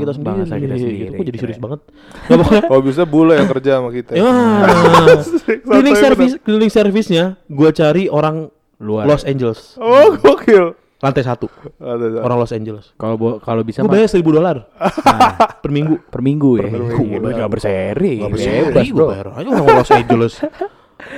A: Orang-
B: kita sendiri.
A: bangsa kita sendiri,
B: Itu kok jadi
A: keren.
B: serius banget. Gak boleh.
C: Kalau Oh, bisa bule yang kerja sama kita.
B: Ya. Cleaning service, cleaning service-nya gua cari orang
A: luar.
B: Los Angeles.
C: Oh, gokil.
B: Lantai satu,
C: Ada ada.
B: orang Los Angeles.
A: Kalau bo- kalau bisa
B: Gue
A: mah
B: bayar seribu dolar
A: Nah,
B: per minggu.
A: per minggu ya.
C: minggu.
A: Gila, nggak berseri.
C: Nggak berseri,
A: Bebas,
B: Ih,
A: bro.
B: gua bayar aja orang Los Angeles.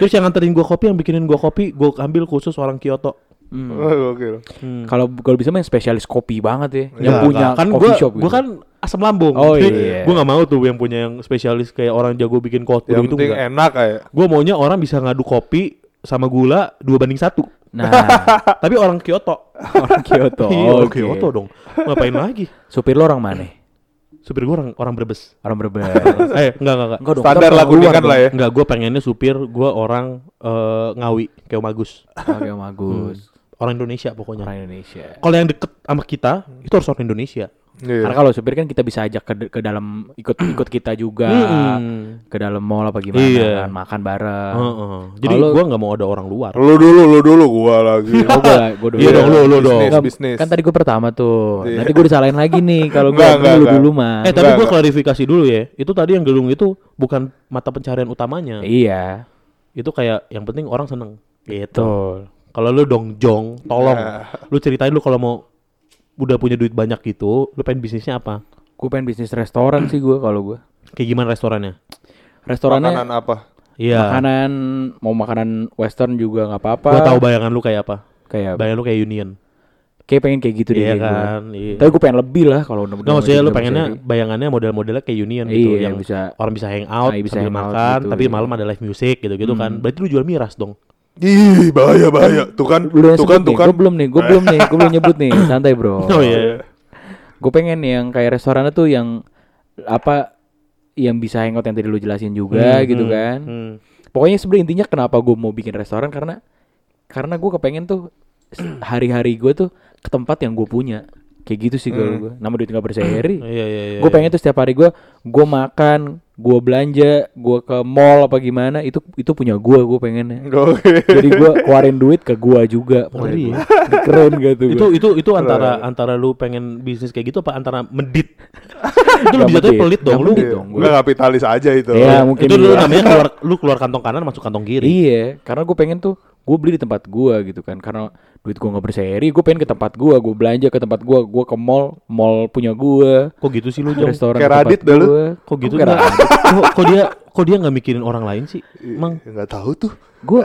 B: Terus yang nganterin gua kopi, yang bikinin gua kopi, gua ambil khusus orang Kyoto.
C: Oh, gokil.
A: Kalau kalau bisa mah yang spesialis kopi banget ya. Yang
B: Nggak,
A: punya
B: nggak. kan
A: Hmm. coffee
B: gua-
A: shop gitu.
B: Gua kan asam lambung.
A: Oh,
B: Jadi
A: iya.
B: Gua nggak mau tuh yang punya yang spesialis kayak orang jago bikin kopi
C: Yang
B: gitu.
C: penting
B: nggak.
C: enak kayak.
B: Gue maunya orang bisa ngadu kopi sama gula dua banding satu.
A: Nah,
B: Tapi orang Kyoto.
A: orang Kyoto.
B: Iya, orang
A: oke.
B: Kyoto dong. Ngapain lagi?
A: Supir lo orang mana?
B: Supir gue orang orang Brebes.
A: Orang Brebes.
B: eh, enggak enggak enggak.
A: Enggak dong,
C: Standar
A: kita
C: lah
A: orang luar
C: kuningan
A: dong.
C: lah ya.
B: Enggak, gue pengennya supir gue orang eh, Ngawi, kayak Magus.
A: Oke, Om Agus.
B: Orang Indonesia pokoknya.
A: Orang Indonesia.
B: Kalau yang deket sama kita, itu harus orang Indonesia.
C: Iya.
A: Karena kalau supir kan kita bisa ajak ke, ke dalam ikut ikut kita juga
B: Hmm. Mm-mm.
A: ke dalam mall apa gimana kan
B: Iya.
A: makan bareng.
B: Heeh. Jadi
A: Kalau-
B: gue nggak mau ada orang luar.
C: Lu dulu, lu dulu gua lagi.
A: Oh, gua lah- gua dulu.
B: Iya dong, lu- lu dong.
C: Bisnis,
A: Nggak,
C: bisnis.
A: Kan tadi gue pertama tuh.
C: Iya.
A: Nanti gue disalahin lagi nih kalau gue
C: Nggak,
A: dulu
C: nggak, nggak.
A: dulu mah.
B: Eh tapi
C: Enggak,
B: gue
C: enggak.
B: klarifikasi dulu ya. Itu tadi yang gedung itu bukan mata pencarian utamanya.
A: Iya.
B: Itu kayak yang penting orang seneng. Gitu.
A: Betul.
B: Kalau lu dong jong, tolong.
C: Nah.
B: Lu ceritain lu kalau mau udah punya duit banyak gitu, lu pengen bisnisnya apa?
A: Gue pengen bisnis restoran sih gue kalau gue.
B: Kayak gimana restorannya?
A: Restorannya
C: Makanan apa?
B: Iya.
A: makanan mau makanan western juga nggak apa-apa.
B: Gua tahu bayangan lu kayak apa.
A: Kayak
B: Bayangan lu kayak Union.
A: Kayak pengen kayak gitu deh.
B: Iya
A: kayak gua.
B: kan, iya.
A: Tapi gue pengen lebih lah kalau udah
B: Nggak maksudnya lu pengennya bayangannya model-modelnya kayak Union gitu
A: Iya,
B: yang
A: bisa.
B: orang bisa hang out,
A: Nah, bisa hang
B: sambil
A: out
B: makan,
A: gitu, Hmm.
B: tapi
A: iya.
B: malam ada live music gitu-gitu kan. Berarti lu jual miras dong.
C: Ih, bahaya bahaya. Tuh kan,
A: Lu
C: tuh kan, tuh kan.
A: Gue belum nih, gue belum nih, gue belum nyebut nih. Santai bro.
B: Oh, iya.
A: Gue pengen yang kayak restorannya tuh yang apa yang bisa hangout yang tadi lu jelasin juga gitu kan.
B: Hmm.
A: Pokoknya sebenarnya intinya kenapa gue mau bikin restoran karena karena gue kepengen tuh s- hari-hari gue tuh ke tempat yang gue punya. Kayak gitu sih kalau gue. Nama duit nggak berseri.
B: Hmm. Iya iya iya.
A: gue pengen tuh setiap hari gue gue makan gue belanja gue ke mall apa gimana itu itu punya gue gue pengennya
C: kan. Oke.
A: jadi gue keluarin duit ke gue juga
B: Oh, iya.
A: keren gak tuh
B: itu itu itu antara antara lu pengen bisnis kayak gitu apa antara medit itu lebih
A: Nggak
B: jatuhnya
A: medit,
B: pelit dong
A: nggak
B: lu
A: medit Iya dong.
C: Enggak Iya, kapitalis aja itu.
A: ya mungkin
B: itu lu
A: iya.
B: namanya keluar lu keluar kantong kanan masuk kantong kiri
A: iya karena gue pengen tuh gue beli di tempat gue gitu kan karena duit gue nggak berseri gue pengen ke tempat gue gue belanja ke tempat gue gue ke mall mall punya gue
B: kok gitu sih lu jong
A: restoran
C: Kayak
A: tempat
C: Radit dah lu.
A: gua.
B: kok gitu
A: Bukan
B: nggak
A: Radit.
B: kok, kok dia kok dia nggak mikirin orang lain sih
A: Iya.
B: emang
C: Enggak Ya, tahu tuh.
A: gue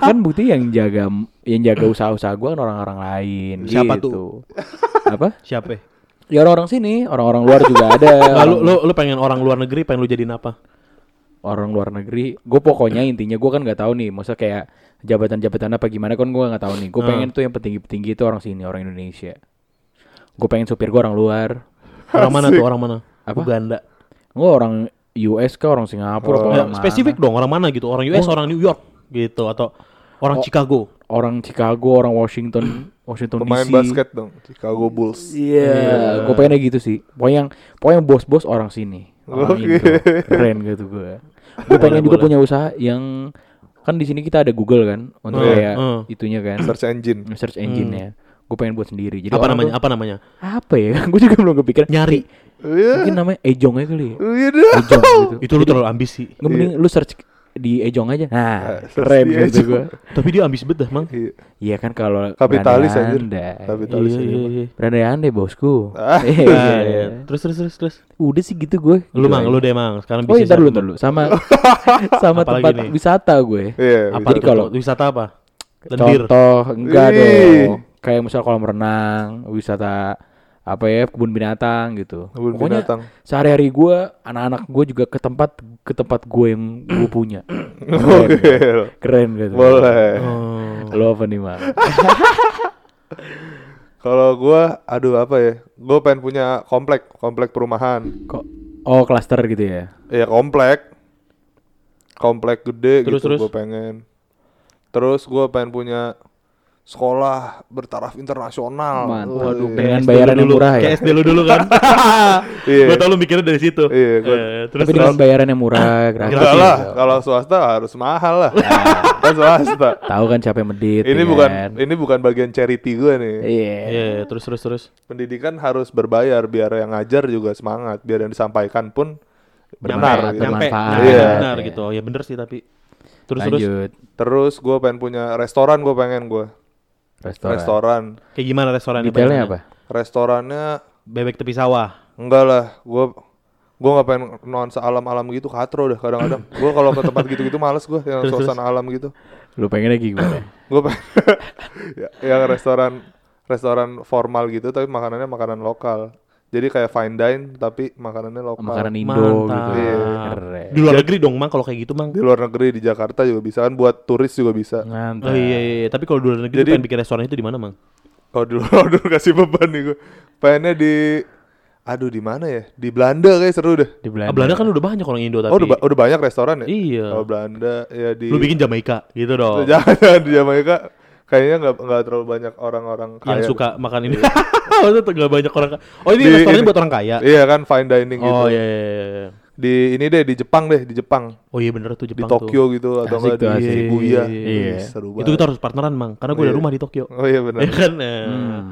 A: kan bukti yang jaga yang jaga usaha-usaha gue kan orang-orang lain
B: Siapa
A: gitu. apa
B: siapa ya?
A: ya orang-orang sini orang-orang luar juga ada
B: Nggak, lu,
A: orang,
B: lu lu pengen orang luar negeri pengen lu jadiin apa
A: orang luar negeri gue pokoknya intinya gue kan nggak tahu nih maksudnya kayak jabatan-jabatan apa gimana kan gue nggak tahu nih
B: Hmm.
A: gue pengen tuh yang petinggi-petinggi itu orang sini orang Indonesia gue pengen supir gue orang luar
B: orang mana tuh orang mana
A: Apa?
B: Uganda
A: gue orang US ke orang Singapura apa
B: Ya,
A: orang mana. Oh.
B: spesifik dong orang mana gitu orang US orang New York gitu atau orang Chicago
A: orang Chicago orang Washington Washington
C: Pemain
A: DC
C: basket dong, Chicago Bulls.
A: Iya, gue pengennya gitu sih. Pokoknya yang, pokoknya yang bos-bos orang sini. Orang
C: Oke.
A: Indo. Keren gitu gue. Gue pengen juga punya usaha yang kan di sini kita ada Google kan untuk
B: Iya,
A: kayak
B: iya.
A: itunya kan
C: Search engine.
A: search engine ya. Gue pengen buat sendiri. Jadi
B: Hmm. apa
A: orang
B: namanya
A: tuh-
B: apa namanya
A: apa ya? gue juga belum kepikiran.
B: nyari
A: Mungkin namanya Ejong aja kali. ya.
C: Iya.
A: Ejong gitu.
B: itu lu terlalu ambisi
A: Nggak, mending lu search di Ejong aja. Nah,
C: search
A: keren
C: di
A: gitu
C: Ejong.
A: gue.
B: tapi dia ambis bet dah mang
C: Iya.
A: Iya kan kalau
C: Kapitalis anjir.
A: berandai-andai.
C: Kapitalis ini mah.
B: iya.
A: Berandai-andai bosku.
B: Nah, iya.
A: Iya.
B: Terus terus terus terus.
A: Udah sih gitu gue. Gitu
B: Lu mang,
A: aja.
B: lu deh mang. Sekarang
A: Oh iya,
B: bisnisnya
A: ntar dulu,
B: apa?
A: ntar dulu. Sama sama
B: Apalagi
A: tempat
B: nih?
A: wisata gue.
C: Iya.
B: Apa
A: Jadi
B: tuh?
A: kalau-
B: wisata apa? Lendir.
A: Contoh enggak
C: Wih.
A: dong. Kayak misal kolam renang, wisata apa ya kebun binatang gitu.
C: Kebun
A: Pokoknya
C: binatang.
A: sehari-hari gue, anak-anak gue juga ke tempat ke tempat gue yang gue punya. Keren,
C: Oke.
A: keren gitu.
C: Boleh.
B: Oh.
A: Lo apa nih Mang?
C: Kalau gua aduh apa ya? Gua pengen punya komplek, komplek perumahan.
A: Kok oh klaster gitu ya?
C: Ya komplek. Komplek gede
B: Terus,
C: gitu
B: terus?
C: gua pengen. Terus gua pengen punya sekolah bertaraf internasional.
A: Mantap.
C: Waduh.
A: Dengan
B: Kayak SD
A: bayaran
B: lu
A: yang
B: dulu.
A: murah ya.
B: Kayak SD lu dulu kan.
C: Iya.
B: Gua tau lu mikirnya dari situ.
C: Iya, gua-
B: Eh, terus
A: Tapi dengan bayaran yang murah, gratis.
C: Enggak lah,
B: ya.
A: gitu.
C: kalau swasta harus mahal lah. kan swasta.
A: Tahu kan siapa yang medit?
C: Ini
A: ya
C: bukan
A: kan?
C: ini bukan bagian charity gue nih.
A: Iya.
B: Iya, iya, terus terus terus.
C: Pendidikan harus berbayar biar yang ngajar juga semangat, biar yang disampaikan pun benar.
A: Bermanfaat,
C: gitu.
B: nyampe,
A: bermanfaat.
B: nyampe
C: Iya.
B: benar gitu. Oh, Ya bener sih tapi. Terus terus.
A: Lanjut.
C: Terus gue pengen punya restoran, gue pengen gue
A: Restoran.
C: restoran.
B: Kayak gimana restoran
A: Detailnya apa?
C: Restorannya
B: Bebek tepi sawah.
C: enggak lah, gue gue nggak pengen nuansa alam-alam gitu katro dah kadang-kadang. gue kalau ke tempat gitu-gitu males gue yang
B: Terus,
C: suasana alam gitu.
A: Lu pengen lagi gimana?
C: Gue pengen ya- yang restoran restoran formal gitu tapi makanannya makanan lokal. Jadi kayak fine dine tapi makanannya lokal.
A: Makanan Indo
B: Mantap.
A: gitu.
C: Iya.
A: Keren.
B: Di luar negeri dong mang kalau kayak gitu mang.
C: di luar negeri di Jakarta juga bisa kan buat turis juga bisa
A: Mantap.
B: Oh iya, iya, iya. tapi kalau di luar negeri
C: Jadi-
B: tuh pengen bikin restoran itu di mana mang?
C: kalau di luar aduh kasih beban nih gue pengennya di aduh di mana ya di Belanda kayak seru deh
A: Di
B: Ah,
A: Belanda.
B: Belanda kan udah banyak orang Indo tapi.
C: oh udah, ba- udah banyak restoran ya
B: Iya.
C: kalau Belanda ya di
B: Lu bikin Jamaika gitu dong.
C: jangan jangan di Jamaika kayaknya nggak nggak terlalu banyak orang-orang kaya
B: yang suka makan ini. Maksudnya tuh gak banyak orang kaya. Oh ini
C: ya. Iya. Di-
B: restorannya
C: ini-
B: buat orang kaya.
C: iya kan fine dining gitu
B: ya. oh iya, iya, iya, iya.
C: di ini deh di Jepang deh di Jepang
B: Oh iya bener tuh
C: di
B: Jepang
C: Tokyo
B: tuh.
C: gitu atau
A: Asik
C: enggak
A: tuh,
C: di
A: asik.
C: Shibuya
A: Iya.
C: Ih, seru
B: Itu kita
C: banget
B: harus partneran mang, karena gue ada
C: Iya.
B: rumah di Tokyo.
C: oh iya benar
B: Ya kan. eh.
A: Hmm.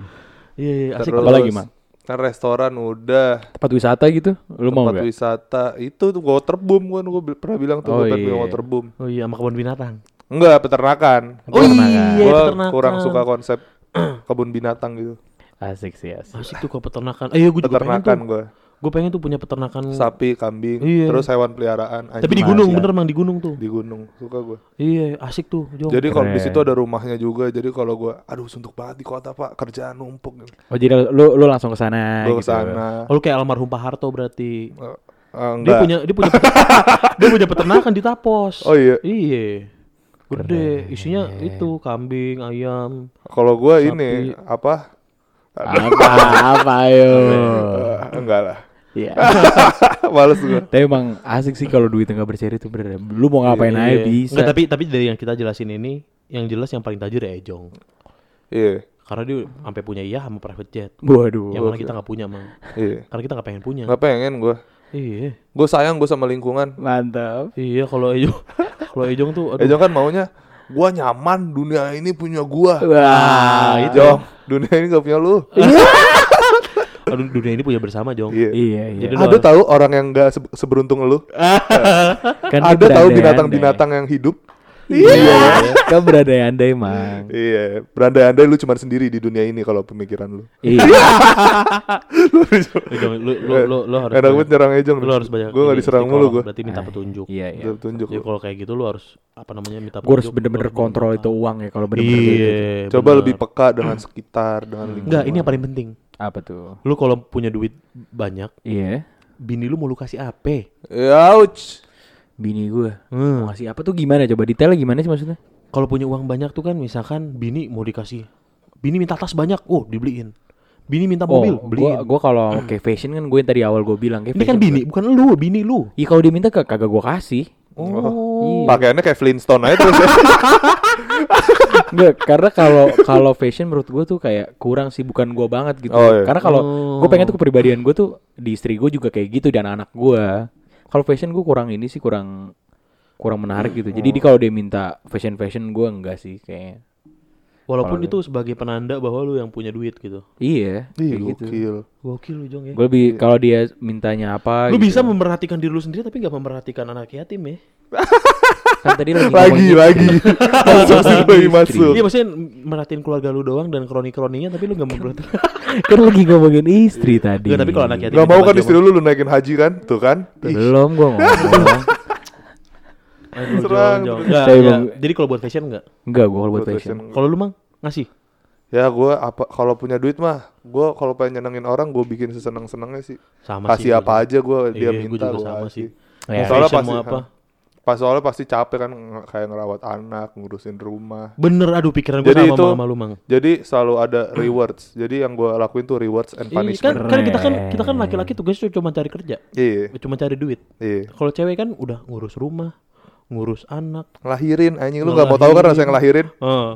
B: Iya iya asik.
C: terus
A: Apa lagi, Mang?
C: kan restoran udah
A: Tempat wisata gitu. Lu mau
C: tempat
A: enggak?
C: wisata itu tuh waterboom kan gue pernah bilang tuh
A: Oh,
C: gue pengen punya
A: iya.
C: waterboom
B: Oh iya sama kebun binatang.
C: enggak peternakan
B: Oh iya
C: gue
B: peternakan.
C: kurang suka konsep kebun binatang gitu
A: Asik sih, asik.
B: Asik tuh kalau peternakan. Eh iya gue juga pengen
C: peternakan
B: tuh.
C: gue
B: Gue pengen tuh punya peternakan
C: sapi, kambing,
B: Iya.
C: terus hewan peliharaan, anjing Iya.
B: Tapi di
A: Mas,
B: gunung,
A: ya.
B: bener mang di gunung tuh.
C: di gunung. Suka gue.
B: Iya, asik tuh, Jong.
C: Jadi kalau di
A: Keren.
C: situ ada rumahnya juga. Jadi kalau gue, aduh suntuk banget di kota pak, kerjaan numpuk.
A: Oh jadi lu lu langsung ke sana
C: Gue
A: gitu.
C: kesana.
B: Lalu kayak almarhum Pak Harto berarti.
C: Eh, eh,
B: Oh, Dia
C: enggak.
B: punya dia punya dia punya peternakan di Tapos.
C: Oh iya.
B: Iya. Gede, isinya itu kambing, ayam.
C: Kalau gue ini apa?
A: Apa apa ayo.
C: Eh, enggak lah.
A: Iya.
C: Males gue.
A: Tapi emang asik sih kalau duit nggak berseri tuh bener. ya. Lu mau ngapain aja
B: Iya.
A: bisa.
B: Nggak, tapi tapi dari yang kita jelasin ini, yang jelas yang paling tajir ya Ejong.
C: Iya,
B: Karena dia sampai punya iya sama private jet. Yang
A: Waduh.
B: mana kita nggak punya, Mang.
C: iya.
B: Karena kita nggak pengen punya.
C: Nggak pengen gue.
B: Iya.
C: Gue sayang gue sama lingkungan.
A: Mantap.
B: Iya, kalau Ejong kalau Ejong tuh aduh.
C: Ejong kan maunya, gue nyaman dunia ini punya gue.
A: Wah.
C: Jong, dunia ini gak punya lu.
B: aduh, dunia ini punya bersama, Jong.
C: Iya.
A: Iya iya.
B: Jadi lu
C: Ada
B: harus-
C: tahu orang yang gak se- seberuntung lu?
A: Kan
C: Ada tahu
A: berandai-andai.
C: binatang-binatang yang hidup?
A: Iya. Kan berandai-andai mang.
C: Iya, berandai-andai lu cuma sendiri di dunia ini kalau pemikiran lu.
A: Iya.
B: Ejong, lu lu lu, lu harus
C: Enak banget Eh, nyerang Ejong.
B: lu harus banyak
C: Gue gak
B: ini,
C: diserang
B: istiqomah.
C: mulu gue.
B: Berarti minta petunjuk.
A: Iya iya.
C: Udah tunjuk.
B: Ya kalau kayak gitu lu harus apa namanya minta
A: Gue harus
B: petunjuk,
A: bener-bener
B: lu harus
A: kontrol
B: minta.
A: itu uang ya kalau bener-bener kayak gitu.
B: Iya.
C: Coba
B: bener.
C: lebih peka dengan sekitar, dengan lingkungan.
B: Enggak, ini yang paling penting.
A: Apa tuh?
B: Lu kalau punya duit banyak,
A: Iya.
B: bini lu mau lu kasih apa?
C: Ya, Ouch.
A: Bini gue. Mau
B: Hmm.
A: ngasih apa tuh gimana? Coba detailnya gimana sih maksudnya?
B: Kalau punya uang banyak tuh kan misalkan bini mau dikasih bini minta tas banyak, oh dibeliin. Bini minta mobil,
A: oh,
B: beliin.
A: gua, gua kalau kayak fashion kan gue yang tadi awal gue bilang kayak gitu.
B: ini kan
A: fashion-
B: bini, bukan lu, bini lu.
A: Iya kalau diminta ke kagak gue kasih.
B: Oh.
C: Pakaiannya kayak Flintstone aja terus. ya.
A: Enggak, karena kalau kalau fashion menurut gue tuh kayak kurang sih bukan gue banget gitu.
C: Oh, iya.
A: Karena kalau
B: Oh.
A: gue pengen tuh kepribadian gue tuh di istri gue juga kayak gitu dan anak gue. Kalau fashion gue kurang ini sih kurang kurang menarik gitu. Jadi
B: Oh.
A: di kalau dia minta fashion fashion gue enggak sih kayaknya.
B: Walaupun itu sebagai penanda bahwa lu yang punya duit gitu.
A: Iya,
C: Ih,
A: kayak gitu.
C: gokil.
B: Gokil lu, Jong ya.
A: Gue lebih kalau dia mintanya apa
B: Lu
A: gitu.
B: bisa memperhatikan diri lu sendiri tapi nggak memperhatikan anak yatim ya.
A: kan tadi lagi
C: Lagi,
A: ngomongin-
C: lagi. Masuk sih gue masuk.
B: Iya maksudnya merhatiin keluarga lu doang dan kroni-kroninya tapi lu nggak memperhatikan.
A: kan lagi ngomongin
C: Iya.
A: istri tadi.
B: Nggak, tapi kalau anak yatim
C: Gak mau
B: itu
C: kan
B: baju-
C: istri lu lu naikin haji kan? Tuh kan? Ih,
A: Belum gue ngomong.
B: Aduh,
C: Serang,
B: Jong, Jong.
C: terus.
B: Nggak,
A: Tapi
B: ya.
A: bang-
B: Jadi kalau buat fashion nggak?
A: Enggak gue kalau buat
C: buat
A: fashion.
C: fashion.
B: Kalau lu mang ngasih?
C: Ya gue apa kalau punya duit mah gue kalau pengen nyenengin orang gue bikin seseneng-senengnya sih.
B: Sama sih.
C: Kasih
B: gua juga.
C: apa aja gue
B: Iya,
C: dia
B: gua
C: minta
B: juga
C: gue
B: sama sih.
C: kasih.
A: Ya,
B: Mau
C: soalnya
B: fashion
C: pasti
B: mau apa?
C: Pas soalnya pasti capek kan nge- kayak ngerawat anak, ngurusin rumah.
B: Bener, aduh pikiran gue
C: Jadi
B: sama
C: itu-
B: mang sama lu mang.
C: Jadi selalu ada rewards. Jadi yang gue lakuin tuh rewards and
B: Iya,
C: punishment.
B: kan, kan kita kan kita kan laki-laki tugasnya cuma cari kerja,
C: Iya,
B: cuma cari duit.
C: iya.
B: Kalau cewek kan udah ngurus rumah, ngurus anak.
C: Ngelahirin anjing lu nggak mau tahu kan rasa yang ngelahirin?
B: Eh,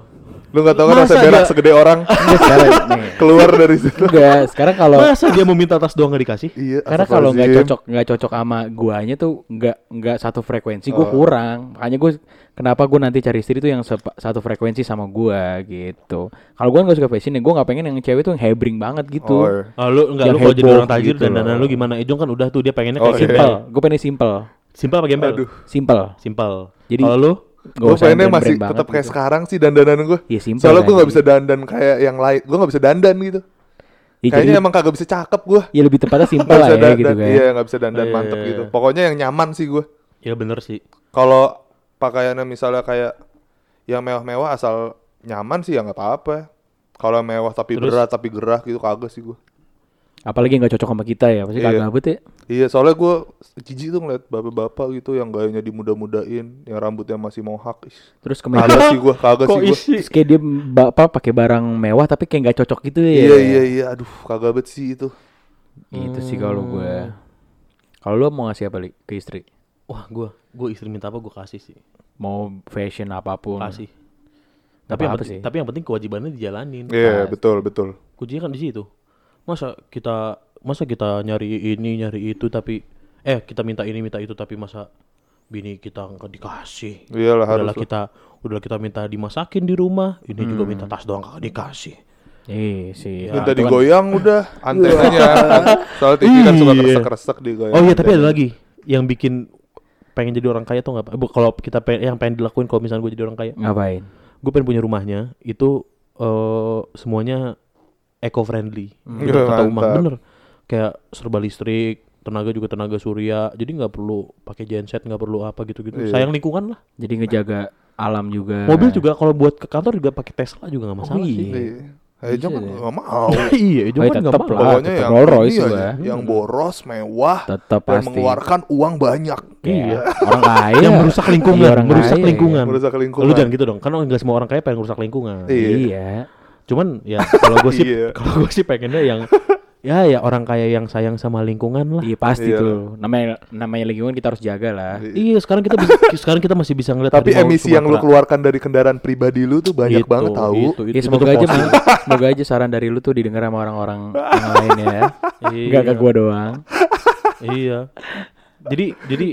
C: Lu nggak tahu kan rasa
B: Masa
C: berak
A: iya?
B: ya?
C: segede orang
A: Enggak sekarang nih.
C: keluar dari situ.
A: Enggak, sekarang kalau
B: Masa dia mau minta tas doang gak dikasih?
C: Iya,
A: karena kalau nggak
C: astagfirullahaladzim.
A: cocok nggak cocok sama guanya tuh nggak nggak satu frekuensi
C: Oh.
A: gue kurang makanya gue kenapa gue nanti cari istri tuh yang sepa- satu frekuensi sama gua gitu kalau gue nggak suka fashion ya gue nggak pengen yang cewek tuh yang hebring banget gitu
C: Oh, iya.
B: Ah, lu
A: Yang
B: enggak lu kalau jadi
A: heboh
B: orang tajir
A: gitu
B: dan dana
A: loh.
B: lu gimana? Ejong kan udah tuh dia pengennya
C: Oh,
B: kayak
C: iya.
B: simple.
A: simple gue pengen yang simple
B: Simple apa gembel?
C: Aduh.
A: simple
B: Simple.
A: Jadi-
B: kalau lu
A: Nggak usah
C: Gue
A: yang
C: pengennya
A: brand-brand
C: masih
A: banget
C: tetap kayak
A: gitu.
C: sekarang sih dandanan gue.
A: Iya, simple
C: Soalnya gue
A: kan.
C: nggak bisa dandan kayak yang lain. Gue nggak bisa dandan gitu.
A: ya,
C: Kayaknya
A: jadi-
C: emang kagak bisa cakep gue.
A: ya lebih tepatnya simple
C: Nggak
A: lah
C: bisa
A: ya
C: dandan.
A: gitu kan
C: Iya nggak bisa dandan
B: Iya,
C: mantep
B: iya,
C: gitu.
B: iya.
C: Pokoknya yang nyaman sih gue.
B: ya bener sih.
C: Kalau pakaiannya misalnya kayak yang mewah-mewah asal nyaman sih ya nggak apa-apa. Kalau mewah tapi
B: Terus?
C: berat tapi gerah gitu kagak sih gue.
A: apalagi nggak cocok sama kita ya pasti
C: Iya.
A: kagak abet ya
C: Iya soalnya gue jijik tuh ngeliat bapak-bapak gitu yang gayanya dimuda-mudain, yang rambutnya masih mohak. Ih,
A: terus kemeja
C: Kagak sih gue, kagak sih
B: Kok
C: gue.
B: isi?
A: terus kayak dia ba- apa pakai barang mewah tapi kayak nggak cocok gitu ya
C: Iya iya iya, aduh kagak bet sih itu.
A: Gitu sih kalau gue. Kalau lu mau ngasih apa Li? ke istri?
B: Wah, gua gua istri minta apa gua kasih sih.
A: Mau fashion apapun.
B: Kasih.
A: Nggak
B: Tapi yang,
A: apa-apa
B: penting,
A: sih.
B: tapi yang penting kewajibannya dijalanin.
C: Iya betul betul.
B: Kuncinya kan di situ. Masa kita masa kita nyari ini, nyari itu tapi eh kita minta ini, minta itu tapi masa bini kita nggak dikasih.
C: Iyalah harus.
B: udahlah kita udahlah kita minta dimasakin di rumah, ini juga minta tas doang kagak dikasih.
A: Iya sih.
B: Ya,
C: Minta
A: itu kan-
C: digoyang udah antenanya. Soalnya TV kan suka
B: Iya.
C: kresek-kresek digoyang.
B: Oh iya, tapi ada lagi yang bikin pengen jadi orang kaya tuh nggak? Pak? Bu, Kalau kita pengen, yang pengen dilakuin kalau misalnya gue jadi orang kaya,
A: Ngapain?
B: gue pengen punya rumahnya itu eh semuanya eco friendly.
C: Iya,
B: Kata Umang
C: mantap.
B: bener. kayak serba listrik tenaga juga tenaga surya jadi nggak perlu pakai genset nggak perlu apa gitu-gitu
C: Iya. Nah.
B: sayang lingkungan lah
A: Jadi ngejaga alam juga.
B: mobil juga kalau buat ke kantor juga pakai Tesla juga nggak
A: iya.
B: masalah sih
C: Iya. Eh, jangan
A: deh.
C: nggak mau.
B: iya itu
A: Oh,
B: kan nggak
A: tetep
B: apa
A: lah.
C: Pokoknya
A: tetep
C: yang
A: Rolls Royce
C: ini
A: gua.
C: aja, yang boros, mewah,
A: tetap
C: dan
A: pasti.
C: mengeluarkan uang banyak.
A: Iya. Orang kaya.
B: yang merusak lingkungan
A: Iya, orang
B: merusak
A: kaya.
B: lingkungan
C: Merusak
B: lu
C: lingkungan.
B: jangan gitu dong kan nggak semua orang kaya pengen rusak lingkungan
C: Iya.
A: Iya.
B: cuman ya kalau gue sih
C: Iya.
B: kalau gue sih pengennya yang ya ya orang kaya yang sayang sama lingkungan lah
A: Iya pasti
C: Iya.
A: tuh. Namanya namanya lingkungan kita harus jaga lah.
B: iya sekarang kita bisa, sekarang kita masih bisa ngeliat
C: Tapi
B: harimau
C: emisi yang lu
B: Sumatera.
C: keluarkan dari kendaraan pribadi lu tuh banyak
B: Gitu,
C: banget tahu.
B: gitu,
A: Ya
B: itu
A: semoga
B: tuh
A: aja
B: positif.
A: Mang. semoga aja saran dari lu tuh didengar sama orang-orang yang lain ya. Enggak
B: Iya.
A: ke gua doang.
B: iya jadi jadi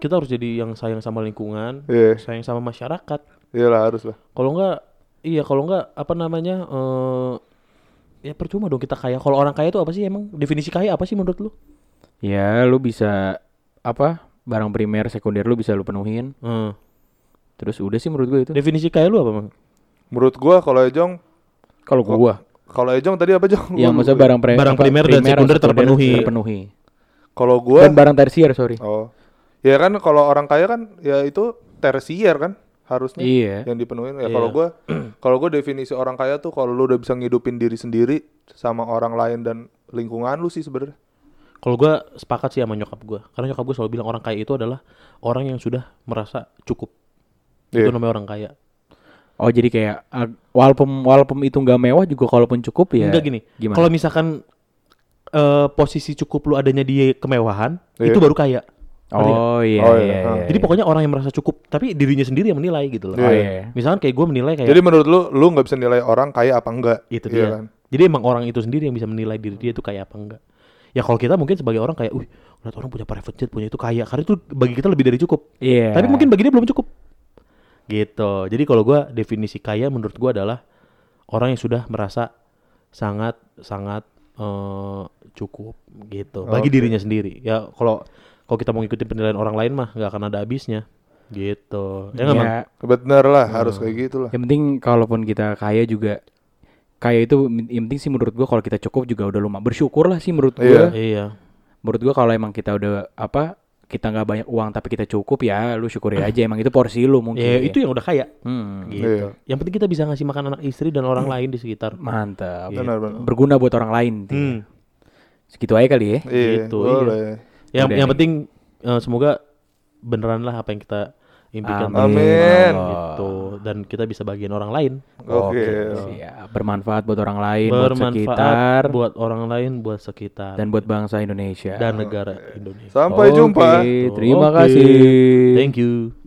B: kita harus jadi yang sayang sama lingkungan
C: Iya.
B: sayang sama masyarakat
C: Iyalah harus lah.
B: kalau enggak iya kalau enggak apa namanya eh ya percuma dong kita kaya kalau orang kaya itu apa sih emang definisi kaya apa sih menurut lu
A: Ya lu bisa apa? Barang primer, sekunder lu bisa lu penuhin.
B: Eh,
A: Terus udah sih menurut gua itu.
B: definisi kaya lu apa bang
C: Menurut gua kalau Ejong,
A: Kalau
B: Oh.
A: gua
C: kalau Ejong tadi apa Jong?
A: yang
C: Lu
A: Iya, maksudnya
C: lupa. ya.
A: barang pre-
B: Barang
A: apa,
B: primer dan sekunder terpenuhi.
A: terpenuhi.
C: Kalau gua
A: Dan barang tersier, sorry.
C: Oh. Ya kan kalau orang kaya kan ya itu tersier kan harusnya
A: Iya.
C: yang dipenuhin.
B: Iya.
C: Ya kalau gua kalau gua definisi orang kaya tuh kalau lu udah bisa ngidupin diri sendiri sama orang lain dan lingkungan lu sih sebenarnya.
B: Kalau gue sepakat sih sama nyokap gue, karena nyokap gue selalu bilang orang kaya itu adalah orang yang sudah merasa cukup. Itu
C: Iya.
B: namanya orang kaya.
A: Oh jadi kayak ah, walaupun walaupun itu nggak mewah juga kalaupun cukup ya.
B: Enggak gini,
A: Gimana?
B: kalau misalkan eh, posisi cukup lu adanya di kemewahan,
C: Iya.
B: itu baru kaya. Ngerti nggak?
A: oh iya,
C: Oh, iya.
A: iya,
C: Ah.
A: iya.
B: Jadi pokoknya orang yang merasa cukup, tapi dirinya sendiri yang menilai gitu loh.
A: Oh,
C: Iya.
A: iya.
B: Misalkan kayak gue menilai kayak
C: Jadi menurut lu lu nggak bisa nilai orang kaya apa enggak?
B: Iya. itu
C: Iya
B: dia.
C: kan?
B: Jadi emang orang itu sendiri yang bisa menilai diri dia itu kaya apa enggak. Ya kalau kita mungkin sebagai orang kayak, wih, lihat orang punya private jet, punya itu kaya. Karena itu bagi kita lebih dari cukup.
A: Iya.
B: Tapi mungkin bagi dia belum cukup. Ya. Gitu. Jadi kalau gua definisi kaya menurut gua adalah orang yang sudah merasa sangat sangat eh, cukup gitu. Bagi
C: Oke.
B: dirinya sendiri. Ya kalau kalau kita mau ngikutin penilaian orang lain mah nggak akan ada habisnya. Gitu.
A: ya,
B: Ya nggak, Mang?
C: Bener lah, harus
B: Hmm.
C: kayak gitu lah.
B: Ya,
A: yang penting kalaupun kita kaya juga kaya itu yang penting sih menurut gua kalau kita cukup juga udah lumayan bersyukur lah sih menurut
C: Iya.
A: gua.
B: Iya.
A: Menurut gua kalau emang kita udah apa kita nggak banyak uang tapi kita cukup ya lu syukuri aja emang itu porsi lu mungkin.
B: Ya itu yang udah kaya
A: Hmm,
B: gitu. Yang penting kita bisa ngasih makan anak istri dan orang lain di sekitar.
A: mantap.
B: Iya.
C: Benar benar.
A: Berguna buat orang lain.
B: Hmm.
A: Segitu aja kali ya.
C: Iya,
B: Gitu, iya.
C: boleh.
B: Yang
A: Udah
B: yang
A: nih.
B: penting eh, semoga beneran lah apa yang kita impikan.
A: Amin.
C: Amin.
B: gitu dan kita bisa bagiin orang lain
C: Oke.
A: Siap. bermanfaat buat orang lain, buat sekitar,
B: bermanfaat buat orang lain buat sekitar
A: dan buat bangsa Indonesia.
B: dan negara Indonesia
C: Sampai
A: Oke,
C: jumpa.
A: Terima
B: Oke.
A: kasih.
B: thank you